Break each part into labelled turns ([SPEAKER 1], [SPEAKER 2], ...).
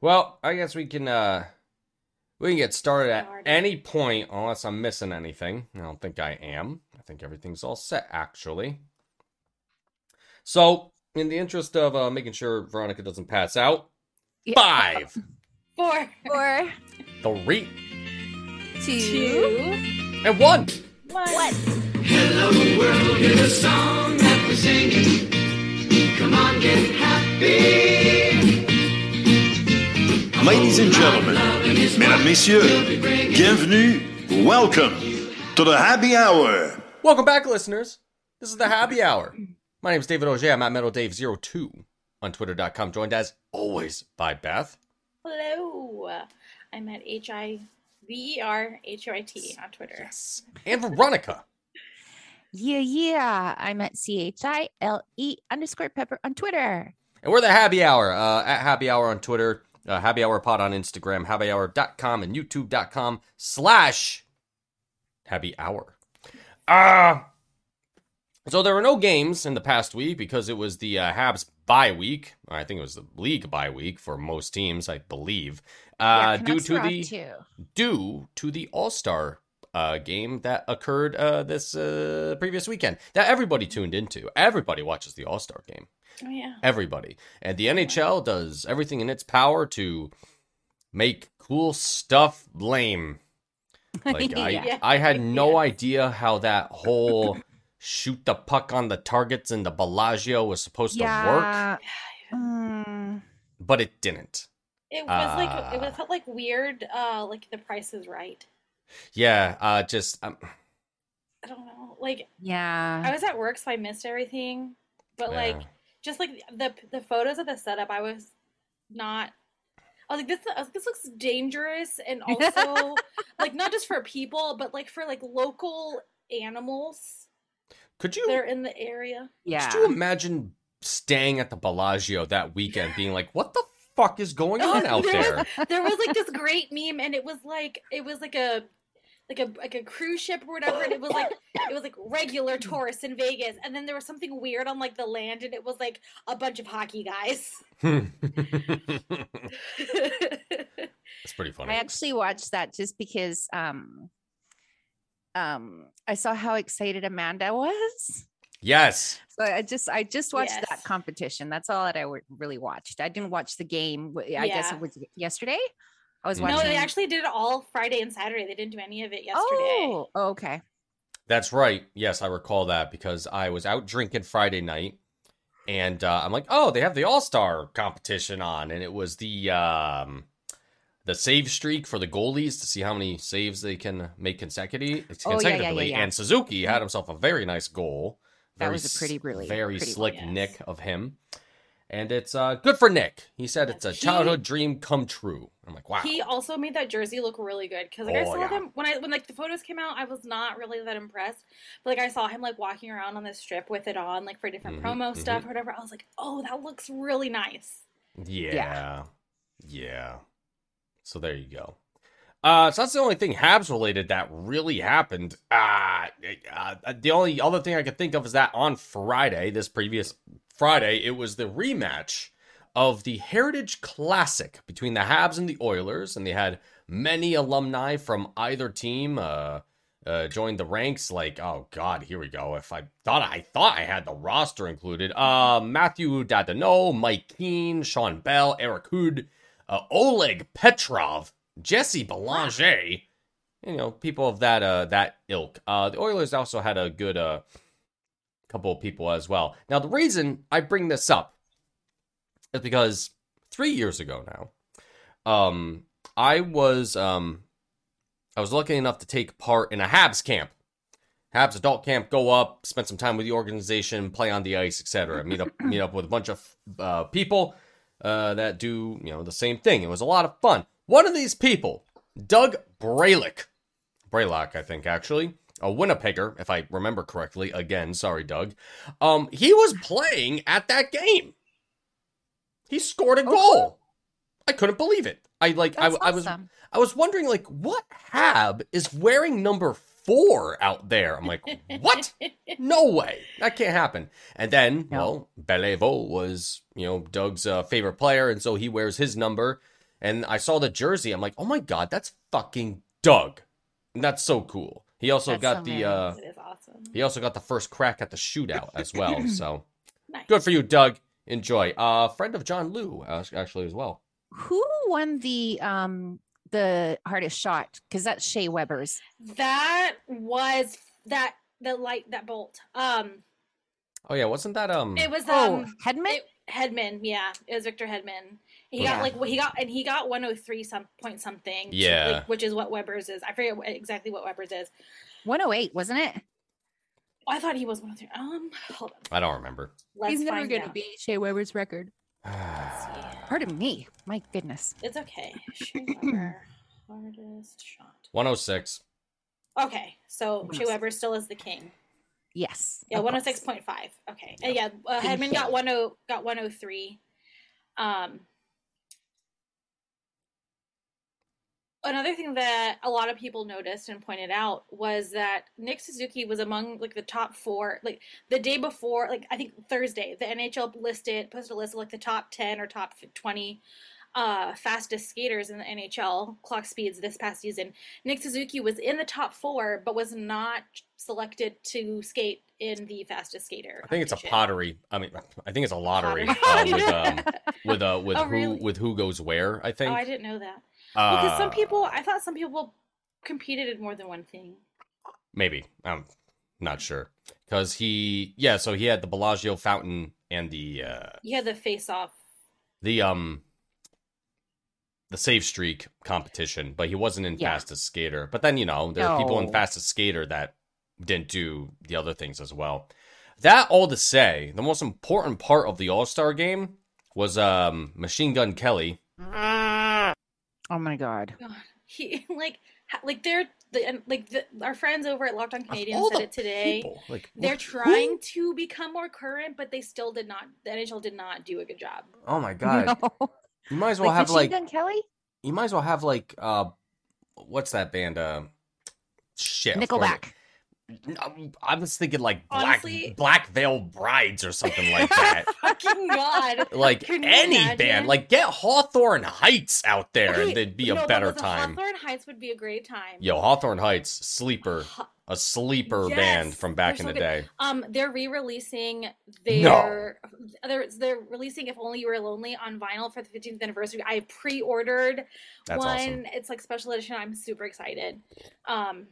[SPEAKER 1] Well, I guess we can uh we can get started at
[SPEAKER 2] Started.
[SPEAKER 1] any point unless I'm missing anything. I don't think I am. I think everything's all set actually. So, in the interest of uh, making sure Veronica doesn't pass out,
[SPEAKER 3] Yeah.
[SPEAKER 1] five,
[SPEAKER 2] Four,
[SPEAKER 3] Four,
[SPEAKER 1] three,
[SPEAKER 3] two,
[SPEAKER 2] two,
[SPEAKER 1] and one.
[SPEAKER 2] one.
[SPEAKER 3] one.
[SPEAKER 4] Hello world is a song that we're singing. Come on, get happy.
[SPEAKER 5] Ladies and gentlemen, mesdames, messieurs, bienvenue, welcome to the happy hour.
[SPEAKER 1] Welcome back, listeners. This is the Happy Hour. My name is David Oger. I'm at MetalDave02 on Twitter.com, joined as always by Beth.
[SPEAKER 2] Hello. I'm at H I V E R H U I T on Twitter.
[SPEAKER 1] Yes. And Veronica.
[SPEAKER 3] Yeah, yeah. I'm at C H I L E underscore pepper on Twitter.
[SPEAKER 1] And we're the Happy Hour uh, at Happy Hour on Twitter, uh, Happy Hour Pod on Instagram, happyhour.com, and youtube.com slash Happy Hour. Uh, so there were no games in the past week because it was the uh, Habs bye week. I think it was the league bye week for most teams, I believe. Uh,
[SPEAKER 3] Yeah,
[SPEAKER 1] due
[SPEAKER 3] Canucks
[SPEAKER 1] to
[SPEAKER 3] were off
[SPEAKER 1] the
[SPEAKER 3] too.
[SPEAKER 1] due to the All Star uh, game that occurred uh, this uh, previous weekend that everybody tuned into. Everybody watches the All Star game
[SPEAKER 2] Oh, yeah.
[SPEAKER 1] everybody. And the NHL does everything in its power to make cool stuff lame. Like I,
[SPEAKER 2] Yeah.
[SPEAKER 1] I had no
[SPEAKER 2] Yeah.
[SPEAKER 1] idea how that whole shoot the puck on the targets in the Bellagio was supposed to work,
[SPEAKER 3] yeah. Mm.
[SPEAKER 1] but it didn't.
[SPEAKER 2] It was like it
[SPEAKER 1] Ah.
[SPEAKER 2] was felt like weird, uh, like The Price is Right.
[SPEAKER 1] Yeah, uh, just um,
[SPEAKER 2] I don't know. Like I
[SPEAKER 3] yeah.
[SPEAKER 2] was at work, so I missed everything. But
[SPEAKER 1] Yeah.
[SPEAKER 2] like, just like the the photos of the setup, I was not. I was like, this I was like, this looks dangerous, and also like not just for people, but like for like local animals
[SPEAKER 1] could
[SPEAKER 2] that are
[SPEAKER 1] you
[SPEAKER 2] in the area.
[SPEAKER 3] Yeah.
[SPEAKER 1] could you imagine staying at the Bellagio that weekend, being like, "What the fuck is going on out
[SPEAKER 2] There was-
[SPEAKER 1] there?"
[SPEAKER 2] There was like this great meme, and it was like it was like a like a like a cruise ship or whatever, and it was like it was like regular tourists in Vegas, and then there was something weird on like the land, and it was like a bunch of hockey guys.
[SPEAKER 1] It's pretty funny.
[SPEAKER 3] I actually watched that just because um um I saw how excited Amanda was.
[SPEAKER 1] yes.
[SPEAKER 3] So I just I just watched
[SPEAKER 2] Yes.
[SPEAKER 3] that competition. That's all that I wa- really watched. I didn't watch the game. w- I guess
[SPEAKER 2] Yeah.
[SPEAKER 3] it was yesterday. I was
[SPEAKER 1] Mm.
[SPEAKER 3] watching.
[SPEAKER 2] No, they actually did it all Friday and Saturday. They didn't do any of it yesterday.
[SPEAKER 3] Oh, oh, okay.
[SPEAKER 1] That's right. Yes, I recall that because I was out drinking Friday night and uh, I'm like, "Oh, they have the All-Star competition on and it was the um the save streak for the goalies to see how many saves they can make consecutively,
[SPEAKER 3] Oh, yeah, yeah,
[SPEAKER 1] consecutively.
[SPEAKER 3] yeah. Mm-hmm.
[SPEAKER 1] and Suzuki had himself a very nice goal.
[SPEAKER 3] That
[SPEAKER 1] Very
[SPEAKER 3] was a pretty
[SPEAKER 1] s-
[SPEAKER 3] really-
[SPEAKER 1] very
[SPEAKER 3] pretty
[SPEAKER 1] slick
[SPEAKER 2] one.
[SPEAKER 1] nick of him. And it's uh good for Nick. He said it's a
[SPEAKER 2] Yes, he-
[SPEAKER 1] childhood dream come true. I'm like, "Wow."
[SPEAKER 2] He also made that jersey look really good because like I
[SPEAKER 1] Oh,
[SPEAKER 2] saw
[SPEAKER 1] yeah.
[SPEAKER 2] them when I when like the photos came out, I was not really that impressed. But like I saw him like walking around on the strip with it on, like for
[SPEAKER 1] Mhm,
[SPEAKER 2] different promo stuff or whatever. I was like, oh, that looks really nice.
[SPEAKER 1] Yeah. Yeah. So there you go. Uh, so that's the only thing Habs related that really happened. Uh, uh, the only other thing I could think of is that on Friday, this previous Friday, it was the rematch of the Heritage Classic between the Habs and the Oilers, and they had many alumni from either team uh, uh, join the ranks. Like, oh God, here we go. If I thought I thought I had the roster included, uh, Matthew Dadano, Mike Keane, Sean Bell, Eric Hood, uh, Oleg Petrov, Jesse Belanger. You know, people of that uh, that ilk. Uh, the Oilers also had a good uh, couple of people as well. Now, the reason I bring this up is because three years ago now, um, I was um, I was lucky enough to take part in a Habs camp. Habs adult camp, go up, spend some time with the organization, play on the ice, etc. Meet up, meet up with a bunch of uh, people uh, that do you know the same thing. It was a lot of fun. One of these people, Doug Braylock, Braylock, I think actually, a Winnipegger, if I remember correctly. Again, sorry, Doug. Um, he was playing at that game. He scored a
[SPEAKER 3] Oh,
[SPEAKER 1] goal. I couldn't believe it. I like I,
[SPEAKER 3] That's
[SPEAKER 1] I was
[SPEAKER 3] awesome.
[SPEAKER 1] I was wondering, like, what Hab is wearing number four out there? I'm like, what? No way. That can't happen. And then,
[SPEAKER 3] No.
[SPEAKER 1] well, Belevo was, you know, Doug's uh, favorite player, and so he wears his number. and I saw the jersey. I'm like, oh my god, that's fucking Doug. And that's so cool. He also
[SPEAKER 3] That's
[SPEAKER 1] got
[SPEAKER 3] so
[SPEAKER 1] the
[SPEAKER 3] nice.
[SPEAKER 1] uh,
[SPEAKER 2] it is awesome.
[SPEAKER 1] he also got the first crack at the shootout as well. So
[SPEAKER 2] Nice.
[SPEAKER 1] good for you, Doug. Enjoy. Uh, friend of John Lou uh, actually as well.
[SPEAKER 3] Who won the um the hardest shot? Because that's Shea Weber's.
[SPEAKER 2] That was that the light that bolt. Um,
[SPEAKER 1] Oh yeah, wasn't that um?
[SPEAKER 2] it was
[SPEAKER 3] Oh,
[SPEAKER 2] um
[SPEAKER 3] Hedman.
[SPEAKER 2] it- Headman. Yeah, it was Victor Headman. He
[SPEAKER 1] Yeah.
[SPEAKER 2] got like he got and he got 103 some point something. to-
[SPEAKER 1] Yeah.
[SPEAKER 2] like, which is what Weber's is. I forget what, exactly what Weber's is.
[SPEAKER 3] 108, wasn't it?
[SPEAKER 2] I thought he was 103. Um, hold on.
[SPEAKER 1] I don't remember.
[SPEAKER 2] Let's
[SPEAKER 6] He's never
[SPEAKER 2] find
[SPEAKER 6] going to
[SPEAKER 2] out.
[SPEAKER 6] beat Shea Weber's record.
[SPEAKER 3] Pardon me. My goodness.
[SPEAKER 2] It's okay. Shea Weber, hardest shot.
[SPEAKER 1] 106.
[SPEAKER 2] Okay, so Shea Weber still is the king.
[SPEAKER 3] Yes.
[SPEAKER 2] Yeah,
[SPEAKER 3] of
[SPEAKER 2] one
[SPEAKER 3] course.
[SPEAKER 2] hundred six point five. Okay, Uh, yeah. Uh, Hedman got one oh got one oh three. Um, another thing that a lot of people noticed and pointed out was that Nick Suzuki was among like the top four. Like the day before, like I think Thursday, the NHL listed posted a list of like the top ten or top twenty uh fastest skaters in the NHL clock speeds this past season. Nick Suzuki was in the top four, but was not selected to skate in the fastest skater.
[SPEAKER 1] I think it's a
[SPEAKER 2] competition.
[SPEAKER 1] pottery. I mean, I think it's a lottery uh,
[SPEAKER 2] Pottery.
[SPEAKER 1] with um, with uh, with
[SPEAKER 2] Oh,
[SPEAKER 1] who
[SPEAKER 2] really?
[SPEAKER 1] with who goes where. I think.
[SPEAKER 2] Oh, I didn't know that. Because some
[SPEAKER 1] Uh,
[SPEAKER 2] people, I thought some people competed in more than one thing.
[SPEAKER 1] maybe I'm not sure because he yeah. So he had the Bellagio fountain and the uh,
[SPEAKER 2] You had the face off.
[SPEAKER 1] the um the save streak competition, but he wasn't in
[SPEAKER 3] Yeah.
[SPEAKER 1] fastest skater. But then you know there are people in
[SPEAKER 3] No.
[SPEAKER 1] fastest skater that didn't do the other things as well. That all to say, the most important part of the All Star game was um Machine Gun Kelly.
[SPEAKER 3] Oh my God.
[SPEAKER 2] He like ha- like they're the and, like the, our friends over at Locked On
[SPEAKER 1] Of
[SPEAKER 2] Canadian
[SPEAKER 1] all
[SPEAKER 2] said
[SPEAKER 1] the
[SPEAKER 2] it today.
[SPEAKER 1] people, like
[SPEAKER 2] They're
[SPEAKER 1] who-
[SPEAKER 2] trying to become more current, but they still did not. The NHL did not do a good job.
[SPEAKER 1] Oh my god!
[SPEAKER 3] No.
[SPEAKER 1] You might as well
[SPEAKER 3] Like
[SPEAKER 1] have
[SPEAKER 3] Machine
[SPEAKER 1] like
[SPEAKER 3] Gun Kelly?
[SPEAKER 1] you might as well have like uh what's that band uh shit of course-
[SPEAKER 3] Nickelback.
[SPEAKER 1] I- I was thinking like Black
[SPEAKER 2] Honestly-
[SPEAKER 1] Black Veil Brides or something like that.
[SPEAKER 2] Fucking god!
[SPEAKER 1] like
[SPEAKER 2] Can you
[SPEAKER 1] any
[SPEAKER 2] imagine?
[SPEAKER 1] band, like get Hawthorne Heights out there,
[SPEAKER 2] Okay,
[SPEAKER 1] and there'd be a
[SPEAKER 2] no, but
[SPEAKER 1] better
[SPEAKER 2] listen,
[SPEAKER 1] time.
[SPEAKER 2] Hawthorne Heights would be a great time.
[SPEAKER 1] Yo, Hawthorne Heights, sleeper,
[SPEAKER 2] Ha-
[SPEAKER 1] a sleeper
[SPEAKER 2] Yes,
[SPEAKER 1] band from back in
[SPEAKER 2] they're so
[SPEAKER 1] the
[SPEAKER 2] good.
[SPEAKER 1] day.
[SPEAKER 2] Um, they're re-releasing their they're they're releasing "If Only You Were Lonely" on vinyl for the 15th anniversary. I pre-ordered
[SPEAKER 1] That's
[SPEAKER 2] one.
[SPEAKER 1] awesome.
[SPEAKER 2] It's like special edition. I'm super excited. Um,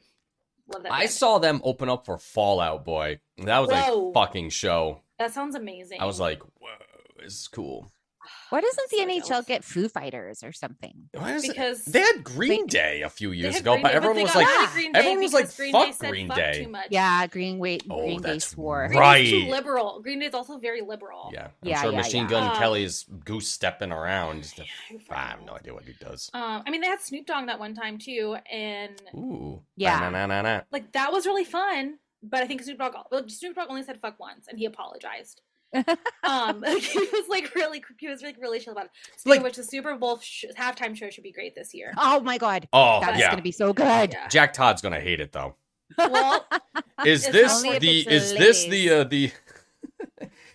[SPEAKER 2] love that.
[SPEAKER 1] I
[SPEAKER 2] band.
[SPEAKER 1] saw them open up for Fallout Boy. That was
[SPEAKER 2] Whoa.
[SPEAKER 1] a fucking show.
[SPEAKER 2] that sounds amazing.
[SPEAKER 1] I was like, whoa, this is cool.
[SPEAKER 3] Why doesn't the
[SPEAKER 2] So
[SPEAKER 3] NHL
[SPEAKER 2] jealous.
[SPEAKER 3] get Foo Fighters or something?
[SPEAKER 1] Why is it-
[SPEAKER 2] because
[SPEAKER 1] They had Green
[SPEAKER 3] They-
[SPEAKER 1] Day a few
[SPEAKER 2] they
[SPEAKER 1] years
[SPEAKER 2] had
[SPEAKER 1] ago,
[SPEAKER 2] Green
[SPEAKER 1] but
[SPEAKER 2] Day,
[SPEAKER 1] everyone
[SPEAKER 2] they
[SPEAKER 1] was
[SPEAKER 2] got
[SPEAKER 1] like,
[SPEAKER 2] rid of
[SPEAKER 3] "Ah."
[SPEAKER 2] Green Day
[SPEAKER 1] everyone was like,
[SPEAKER 2] because Green
[SPEAKER 1] "Fuck
[SPEAKER 2] Day said
[SPEAKER 1] Green
[SPEAKER 2] fuck
[SPEAKER 1] Day."
[SPEAKER 2] Too much.
[SPEAKER 3] Yeah, Green, Way,
[SPEAKER 1] Oh,
[SPEAKER 3] Green Day
[SPEAKER 1] that's
[SPEAKER 3] swore.
[SPEAKER 1] right.
[SPEAKER 2] Green Day's too
[SPEAKER 1] Right.
[SPEAKER 2] liberal. Green Day's also very liberal.
[SPEAKER 1] yeah, I'm
[SPEAKER 3] Yeah,
[SPEAKER 1] sure
[SPEAKER 3] yeah,
[SPEAKER 1] Machine
[SPEAKER 3] yeah.
[SPEAKER 1] Gun
[SPEAKER 2] Um,
[SPEAKER 1] Kelly's goose stepping around.
[SPEAKER 2] Yeah,
[SPEAKER 1] I have no idea what he does.
[SPEAKER 2] Um, I mean, they had Snoop Dogg that one time too, and
[SPEAKER 1] Ooh,
[SPEAKER 3] Yeah.
[SPEAKER 1] Ba-na-na-na-na.
[SPEAKER 2] like that was really fun. But I think Snoop Dogg, well, Snoop Dogg only said fuck once, and he apologized. um, like, he was like really, he was like really chill about it. Speaking
[SPEAKER 1] Like-
[SPEAKER 2] of which, the Super Bowl sh- halftime show should be great this year.
[SPEAKER 3] Oh my God.
[SPEAKER 1] Oh
[SPEAKER 3] That's
[SPEAKER 1] yeah,
[SPEAKER 3] going to be so good.
[SPEAKER 2] Yeah.
[SPEAKER 1] Jack Todd's gonna hate it though.
[SPEAKER 2] Well,
[SPEAKER 1] Is
[SPEAKER 2] It's
[SPEAKER 1] this
[SPEAKER 3] only if
[SPEAKER 1] the
[SPEAKER 3] it's a
[SPEAKER 1] is this the
[SPEAKER 3] ladies.
[SPEAKER 1] uh, the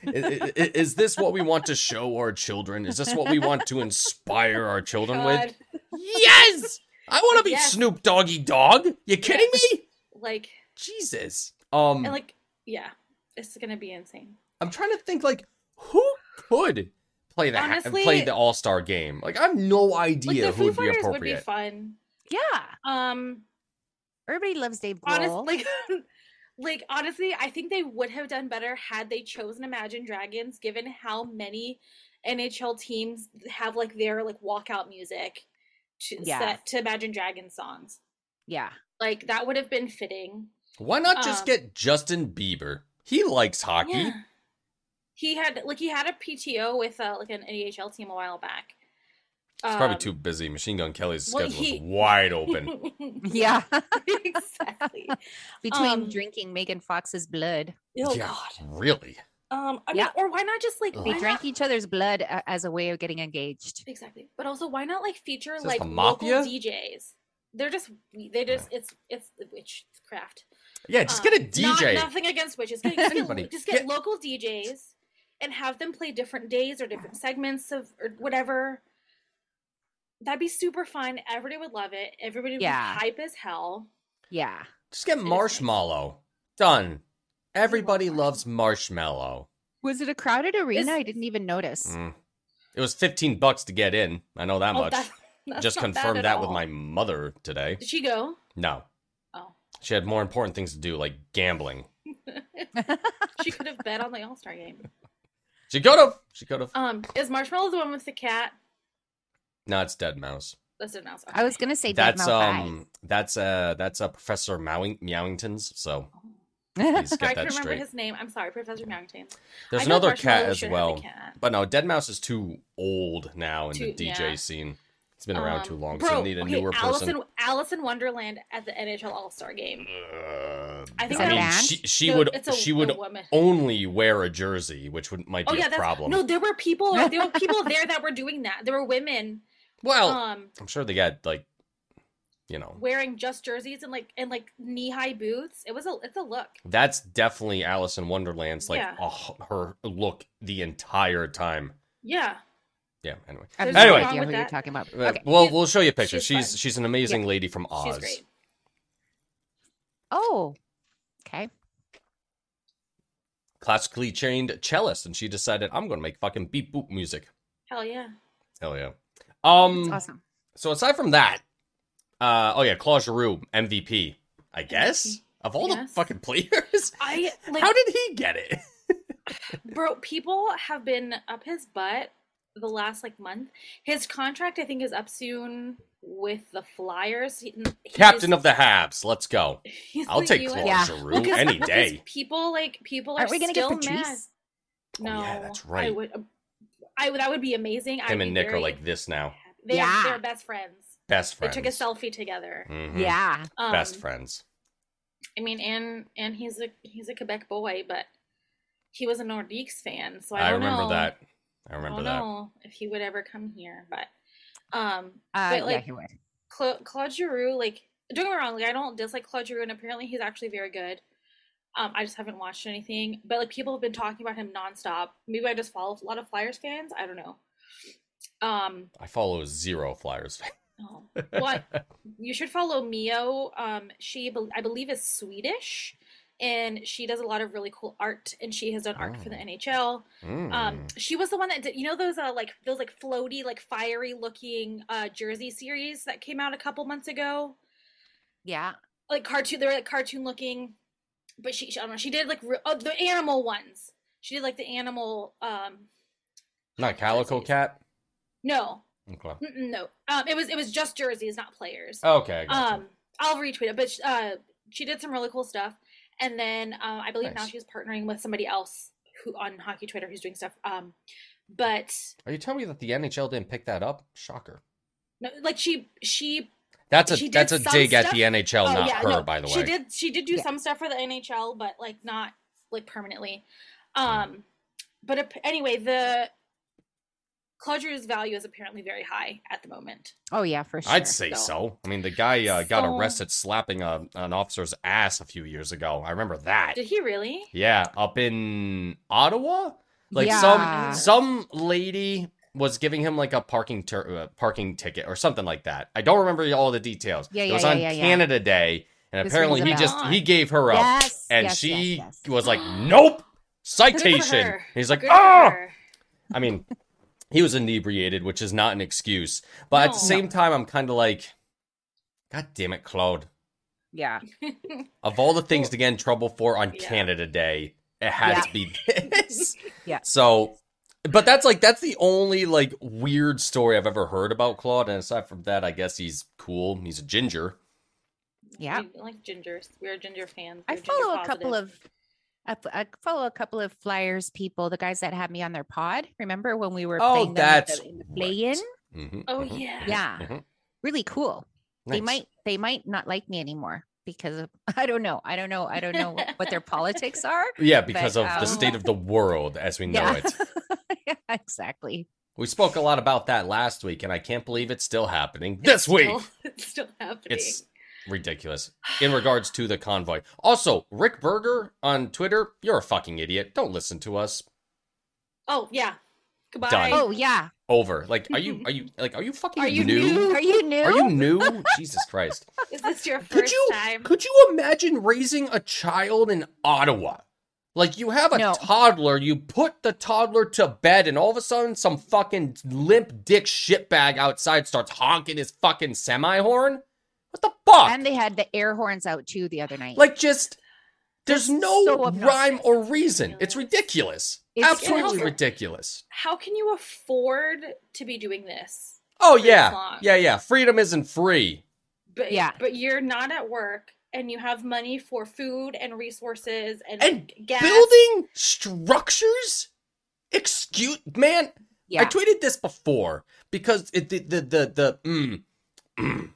[SPEAKER 1] is, is, this what we want to show our children? Is this what we want to inspire our children with?
[SPEAKER 2] God,
[SPEAKER 1] Yes, I want to be
[SPEAKER 2] Yes.
[SPEAKER 1] Snoop Doggy Dog. You kidding me?
[SPEAKER 2] like
[SPEAKER 1] Jesus. Um,
[SPEAKER 2] and like, yeah, it's gonna be insane.
[SPEAKER 1] I'm trying to think like who could play the
[SPEAKER 2] Honestly-
[SPEAKER 1] play the All Star game. Like I have no
[SPEAKER 2] Like
[SPEAKER 1] idea
[SPEAKER 2] the
[SPEAKER 1] who
[SPEAKER 2] Foo
[SPEAKER 1] would be
[SPEAKER 2] Fighters would be
[SPEAKER 1] appropriate.
[SPEAKER 2] fun.
[SPEAKER 3] Yeah.
[SPEAKER 2] Um,
[SPEAKER 3] Everybody loves Dave Grohl.
[SPEAKER 2] honestly, like, like honestly, I think they would have done better had they chosen Imagine Dragons, given how many NHL teams have like their like walkout music to
[SPEAKER 3] Yeah.
[SPEAKER 2] set to Imagine Dragons songs.
[SPEAKER 3] yeah.
[SPEAKER 2] Like that would have been fitting.
[SPEAKER 1] Why not just
[SPEAKER 2] Um,
[SPEAKER 1] get Justin Bieber? He likes hockey.
[SPEAKER 2] Yeah. He had like he had a PTO with uh, like an NHL team a while back.
[SPEAKER 1] He's probably
[SPEAKER 2] Um,
[SPEAKER 1] too busy. Machine Gun Kelly's
[SPEAKER 2] well,
[SPEAKER 1] schedule
[SPEAKER 2] he-
[SPEAKER 1] is wide open.
[SPEAKER 3] Yeah.
[SPEAKER 2] Um, exactly.
[SPEAKER 3] Between
[SPEAKER 2] Um,
[SPEAKER 3] drinking Megan Fox's blood.
[SPEAKER 2] Oh
[SPEAKER 1] yeah,
[SPEAKER 2] god.
[SPEAKER 1] really.
[SPEAKER 2] Um, I
[SPEAKER 3] Yeah.
[SPEAKER 2] mean, or why not just like
[SPEAKER 3] They
[SPEAKER 2] why
[SPEAKER 3] drank
[SPEAKER 2] not-
[SPEAKER 3] each other's blood a- as a way of getting engaged.
[SPEAKER 2] exactly, but also why not like feature
[SPEAKER 1] Is this
[SPEAKER 2] like
[SPEAKER 1] the mafia?
[SPEAKER 2] local DJs? They're just they just it's it's the witchcraft.
[SPEAKER 1] Yeah, just
[SPEAKER 2] Um,
[SPEAKER 1] get a DJ.
[SPEAKER 2] Not, nothing against witches. Just get, just
[SPEAKER 1] Anybody.
[SPEAKER 2] get, just get local DJs and have them play different days or different segments of or whatever. That'd be super fun. Everybody would love it. Everybody would
[SPEAKER 3] Yeah.
[SPEAKER 2] be hype as hell.
[SPEAKER 3] Yeah.
[SPEAKER 1] Just get marshmallow. Done. Everybody loves marshmallow.
[SPEAKER 3] Was it a crowded arena? I didn't even notice.
[SPEAKER 1] Mm. It was 15 bucks to get in. I know that
[SPEAKER 2] Oh,
[SPEAKER 1] much.
[SPEAKER 2] that- that's
[SPEAKER 1] Just
[SPEAKER 2] not bad
[SPEAKER 1] confirmed
[SPEAKER 2] at
[SPEAKER 1] that with
[SPEAKER 2] all.
[SPEAKER 1] my mother today.
[SPEAKER 2] Did she go?
[SPEAKER 1] No.
[SPEAKER 2] Oh.
[SPEAKER 1] She had more important things to do, like gambling.
[SPEAKER 2] She could have bet on the All Star game.
[SPEAKER 1] She could have. She could have.
[SPEAKER 2] Um, is Marshmallow the one with the cat?
[SPEAKER 1] no, it's Dead Mouse.
[SPEAKER 2] That's an outside.
[SPEAKER 3] I was gonna say dead
[SPEAKER 1] That's um. That's uh. That's uh. Professor Mowing Meowingtons. So please
[SPEAKER 2] Sorry, Oh. I
[SPEAKER 1] get
[SPEAKER 2] couldn't
[SPEAKER 1] that
[SPEAKER 2] remember
[SPEAKER 1] straight.
[SPEAKER 2] his name. I'm sorry, Professor Mountain.
[SPEAKER 1] There's
[SPEAKER 2] I know
[SPEAKER 1] another cat
[SPEAKER 2] Marshmallow
[SPEAKER 1] as
[SPEAKER 2] should have a
[SPEAKER 1] well.
[SPEAKER 2] cat.
[SPEAKER 1] But no, Dead Mouse is too old now in the
[SPEAKER 2] Too-
[SPEAKER 1] DJ
[SPEAKER 2] yeah.
[SPEAKER 1] scene. It's been around
[SPEAKER 2] Um,
[SPEAKER 1] too long, so
[SPEAKER 2] bro,
[SPEAKER 1] you need a
[SPEAKER 2] okay,
[SPEAKER 1] newer
[SPEAKER 2] Alice
[SPEAKER 1] person.
[SPEAKER 2] In, Alice in Wonderland at the NHL All Star game.
[SPEAKER 1] Uh,
[SPEAKER 2] I think
[SPEAKER 3] that
[SPEAKER 1] I
[SPEAKER 3] a
[SPEAKER 1] mean,
[SPEAKER 3] band?
[SPEAKER 1] she, she
[SPEAKER 2] No,
[SPEAKER 1] would
[SPEAKER 2] it's a-
[SPEAKER 1] she
[SPEAKER 2] a
[SPEAKER 1] would
[SPEAKER 2] woman.
[SPEAKER 1] only wear a jersey, which would might be
[SPEAKER 2] Oh yeah,
[SPEAKER 1] a
[SPEAKER 2] that's
[SPEAKER 1] problem.
[SPEAKER 2] no. There were people. There were people there that were doing that. There were women
[SPEAKER 1] well,
[SPEAKER 2] um
[SPEAKER 1] I'm sure they got like, you know,
[SPEAKER 2] wearing just jerseys and like and like knee high boots. It was a it's a look.
[SPEAKER 1] that's definitely Alice in Wonderland's like
[SPEAKER 2] Yeah.
[SPEAKER 1] oh, her look the entire time.
[SPEAKER 2] Yeah.
[SPEAKER 1] Yeah. Anyway,
[SPEAKER 3] I have
[SPEAKER 2] There's
[SPEAKER 3] no
[SPEAKER 1] Anyway.
[SPEAKER 2] wrong
[SPEAKER 3] idea
[SPEAKER 2] with
[SPEAKER 3] who you're
[SPEAKER 2] that.
[SPEAKER 3] talking about.
[SPEAKER 1] Uh,
[SPEAKER 3] Okay.
[SPEAKER 1] we'll we'll show you pictures.
[SPEAKER 2] she's
[SPEAKER 1] She's
[SPEAKER 2] fun.
[SPEAKER 1] she's an amazing lady from Oz.
[SPEAKER 2] She's great.
[SPEAKER 3] Oh. Okay.
[SPEAKER 1] Classically trained cellist, and she decided I'm gonna make fucking beep boop music.
[SPEAKER 2] Hell yeah.
[SPEAKER 1] Hell yeah. Um.
[SPEAKER 3] That's awesome.
[SPEAKER 1] So aside from that, uh oh yeah, Claude Giroux MVP, I guess
[SPEAKER 2] MVP,
[SPEAKER 1] of all the
[SPEAKER 2] yes.
[SPEAKER 1] fucking players.
[SPEAKER 2] I like
[SPEAKER 1] How did he get it?
[SPEAKER 2] bro. People have been up his butt the last like month. His contract I think is up soon with the Flyers. He- he
[SPEAKER 1] Captain
[SPEAKER 2] is-
[SPEAKER 1] of the Habs. Let's go.
[SPEAKER 2] he's
[SPEAKER 1] I'll
[SPEAKER 2] the
[SPEAKER 1] take
[SPEAKER 2] US
[SPEAKER 1] Claude
[SPEAKER 3] Yeah.
[SPEAKER 1] Giroux
[SPEAKER 2] Well, 'cause-
[SPEAKER 1] any
[SPEAKER 2] because
[SPEAKER 1] day.
[SPEAKER 2] People like people are
[SPEAKER 3] Aren't we gonna
[SPEAKER 2] still
[SPEAKER 3] get
[SPEAKER 2] mad.
[SPEAKER 3] Patrice?
[SPEAKER 1] Oh,
[SPEAKER 2] No,
[SPEAKER 1] yeah, that's
[SPEAKER 2] I
[SPEAKER 1] right.
[SPEAKER 2] would, I would. That would be amazing. I'd
[SPEAKER 1] Him and
[SPEAKER 2] be
[SPEAKER 1] Nick are
[SPEAKER 2] very
[SPEAKER 1] like this now.
[SPEAKER 2] happy. They
[SPEAKER 3] Yeah.
[SPEAKER 2] are, they're best friends.
[SPEAKER 1] Best friends.
[SPEAKER 2] They took a selfie together.
[SPEAKER 1] Mhm.
[SPEAKER 3] Yeah. Uh,
[SPEAKER 2] Um,
[SPEAKER 1] Best friends.
[SPEAKER 2] I mean, and and he's a he's a Quebec boy, but he was a Nordiques fan, so I,
[SPEAKER 1] I
[SPEAKER 2] don't
[SPEAKER 1] remember
[SPEAKER 2] know.
[SPEAKER 1] that. I
[SPEAKER 2] I
[SPEAKER 1] remember
[SPEAKER 2] don't
[SPEAKER 1] that.
[SPEAKER 2] know if he would ever come here, but um,
[SPEAKER 3] Uh,
[SPEAKER 2] but
[SPEAKER 3] yeah,
[SPEAKER 2] like
[SPEAKER 3] he would.
[SPEAKER 2] Cla- Claude Giroux, like don't get me wrong, like I don't dislike Claude Giroux, and apparently he's actually very good. Um, I just haven't watched anything, but like people have been talking about him nonstop. Maybe I just follow a lot of Flyers fans. I don't know. Um,
[SPEAKER 1] I follow zero Flyers.
[SPEAKER 2] oh, what you should follow Mio. Um, she bel- I believe is Swedish, and she does a lot of really cool art, and she has done art for the
[SPEAKER 1] Oh.
[SPEAKER 2] NHL.
[SPEAKER 1] Mm.
[SPEAKER 2] Um, she was the one that did you know those uh like those like floaty like fiery looking uh jersey series that came out a couple months ago
[SPEAKER 3] Yeah.
[SPEAKER 2] like cartoon. They were like cartoon looking, but she, she I don't know. She did like re- oh, the animal ones. She did like the animal. Um,
[SPEAKER 1] Not Calico
[SPEAKER 2] jerseys.
[SPEAKER 1] Cat.
[SPEAKER 2] no,
[SPEAKER 1] Okay.
[SPEAKER 2] Mm-mm, no. Um, it was it was just jerseys, not players.
[SPEAKER 1] Okay. Oh, I gotcha.
[SPEAKER 2] um, I'll retweet it, but sh- uh, she did some really cool stuff. And then uh, I believe now
[SPEAKER 1] Nice.
[SPEAKER 2] she's partnering with somebody else who on hockey Twitter who's doing stuff. Um, but
[SPEAKER 1] Are you telling me that the NHL didn't pick that up? Shocker.
[SPEAKER 2] no, like she she
[SPEAKER 1] That's a
[SPEAKER 2] She did
[SPEAKER 1] that's a
[SPEAKER 2] some
[SPEAKER 1] dig at
[SPEAKER 2] stuff- Oh,
[SPEAKER 1] the NHL, not her,
[SPEAKER 2] no,
[SPEAKER 1] by the way.
[SPEAKER 2] She did she did do
[SPEAKER 3] Yeah.
[SPEAKER 2] some stuff for the NHL, but like not like permanently.
[SPEAKER 1] Hmm.
[SPEAKER 2] Um but ap- anyway, the Claude Giroux's value is apparently very high at the moment.
[SPEAKER 3] Oh yeah, for sure.
[SPEAKER 1] I'd say
[SPEAKER 2] No.
[SPEAKER 1] so. I mean, the guy uh, got
[SPEAKER 2] So-
[SPEAKER 1] arrested slapping a, an officer's ass a few years ago. I remember that.
[SPEAKER 2] Did he really?
[SPEAKER 1] Yeah, up in Ottawa, like
[SPEAKER 3] Yeah.
[SPEAKER 1] some some lady was giving him like a parking ter- uh, parking ticket or something like that. I don't remember all the details.
[SPEAKER 3] Yeah,
[SPEAKER 1] it
[SPEAKER 3] yeah,
[SPEAKER 1] was
[SPEAKER 3] yeah,
[SPEAKER 1] on
[SPEAKER 3] yeah, yeah.
[SPEAKER 1] Canada Day, and
[SPEAKER 3] This
[SPEAKER 1] apparently he
[SPEAKER 3] rings a
[SPEAKER 1] just
[SPEAKER 2] bell.
[SPEAKER 1] he gave her up,
[SPEAKER 3] Yes.
[SPEAKER 1] and
[SPEAKER 3] yes,
[SPEAKER 1] she
[SPEAKER 3] yes, yes.
[SPEAKER 1] was like, "Nope,
[SPEAKER 2] for
[SPEAKER 1] citation."
[SPEAKER 2] her.
[SPEAKER 1] He's like,
[SPEAKER 2] Good for
[SPEAKER 1] "Oh,
[SPEAKER 2] her.
[SPEAKER 1] I mean, he was inebriated, which is not an excuse. But at the
[SPEAKER 2] No.
[SPEAKER 1] same time, I'm kind of like, God damn it, Claude.
[SPEAKER 3] Yeah.
[SPEAKER 1] Of all the things to get in trouble for on
[SPEAKER 2] Yeah.
[SPEAKER 1] Canada Day, it had to be this.
[SPEAKER 3] Yeah.
[SPEAKER 1] So, but that's like, that's the only like weird story I've ever heard about Claude. And aside from that, I guess he's cool. He's a ginger.
[SPEAKER 3] Yeah.
[SPEAKER 2] We like gingers. We're ginger fans.
[SPEAKER 3] I
[SPEAKER 2] We're ginger
[SPEAKER 3] follow a couple
[SPEAKER 2] positive.
[SPEAKER 3] of I f- I follow a couple of flyers people, the guys that had me on their pod. Remember when we were
[SPEAKER 1] Oh,
[SPEAKER 3] playing them at
[SPEAKER 1] that's
[SPEAKER 3] the, in the
[SPEAKER 1] right.
[SPEAKER 3] play-in?
[SPEAKER 1] Mm-hmm.
[SPEAKER 2] Oh yeah.
[SPEAKER 3] Yeah.
[SPEAKER 1] Mhm.
[SPEAKER 3] Really cool. They might they might not like me anymore because of, I don't know. I don't know. I don't know what what their politics are.
[SPEAKER 1] Yeah, because
[SPEAKER 3] but,
[SPEAKER 1] of
[SPEAKER 3] um,
[SPEAKER 1] the state of the world as we know it.
[SPEAKER 3] yeah, exactly.
[SPEAKER 1] We spoke a lot about that last week, and I can't believe it's still happening this week.
[SPEAKER 2] Still, it's still happening.
[SPEAKER 1] It's ridiculous in regards to the convoy. Also, Rick Berger on Twitter, you're a fucking idiot. Don't listen to us.
[SPEAKER 2] Oh yeah. Goodbye.
[SPEAKER 1] Done.
[SPEAKER 3] Oh yeah.
[SPEAKER 1] Over. Like, are you are you like are you fucking
[SPEAKER 2] Are you
[SPEAKER 1] new?
[SPEAKER 2] new?
[SPEAKER 3] Are you new?
[SPEAKER 1] Are you new? Jesus Christ.
[SPEAKER 2] Is this your
[SPEAKER 1] Could
[SPEAKER 2] first
[SPEAKER 1] you-
[SPEAKER 2] time?
[SPEAKER 1] Could you imagine raising a child in Ottawa? Like you have a
[SPEAKER 3] No.
[SPEAKER 1] toddler, you put the toddler to bed, and all of a sudden some fucking limp dick shitbag outside starts honking his fucking semi horn? What the fuck?
[SPEAKER 3] and they had the air horns out too the other night.
[SPEAKER 1] like just there's
[SPEAKER 3] That's
[SPEAKER 1] no
[SPEAKER 3] so obnoxious.
[SPEAKER 1] rhyme or reason. It's ridiculous.
[SPEAKER 3] It's
[SPEAKER 1] Absolutely
[SPEAKER 2] ridiculous.
[SPEAKER 1] ridiculous.
[SPEAKER 2] How can you afford to be doing this?
[SPEAKER 1] Oh
[SPEAKER 2] For this
[SPEAKER 1] yeah.
[SPEAKER 2] long.
[SPEAKER 1] Yeah, yeah. Freedom isn't free.
[SPEAKER 2] But
[SPEAKER 3] Yeah.
[SPEAKER 2] but you're not at work and you have money for food and resources and,
[SPEAKER 1] And
[SPEAKER 2] gas.
[SPEAKER 1] Building structures? Excuse man,
[SPEAKER 3] yeah.
[SPEAKER 1] I tweeted this before because it the the the the mm, mm,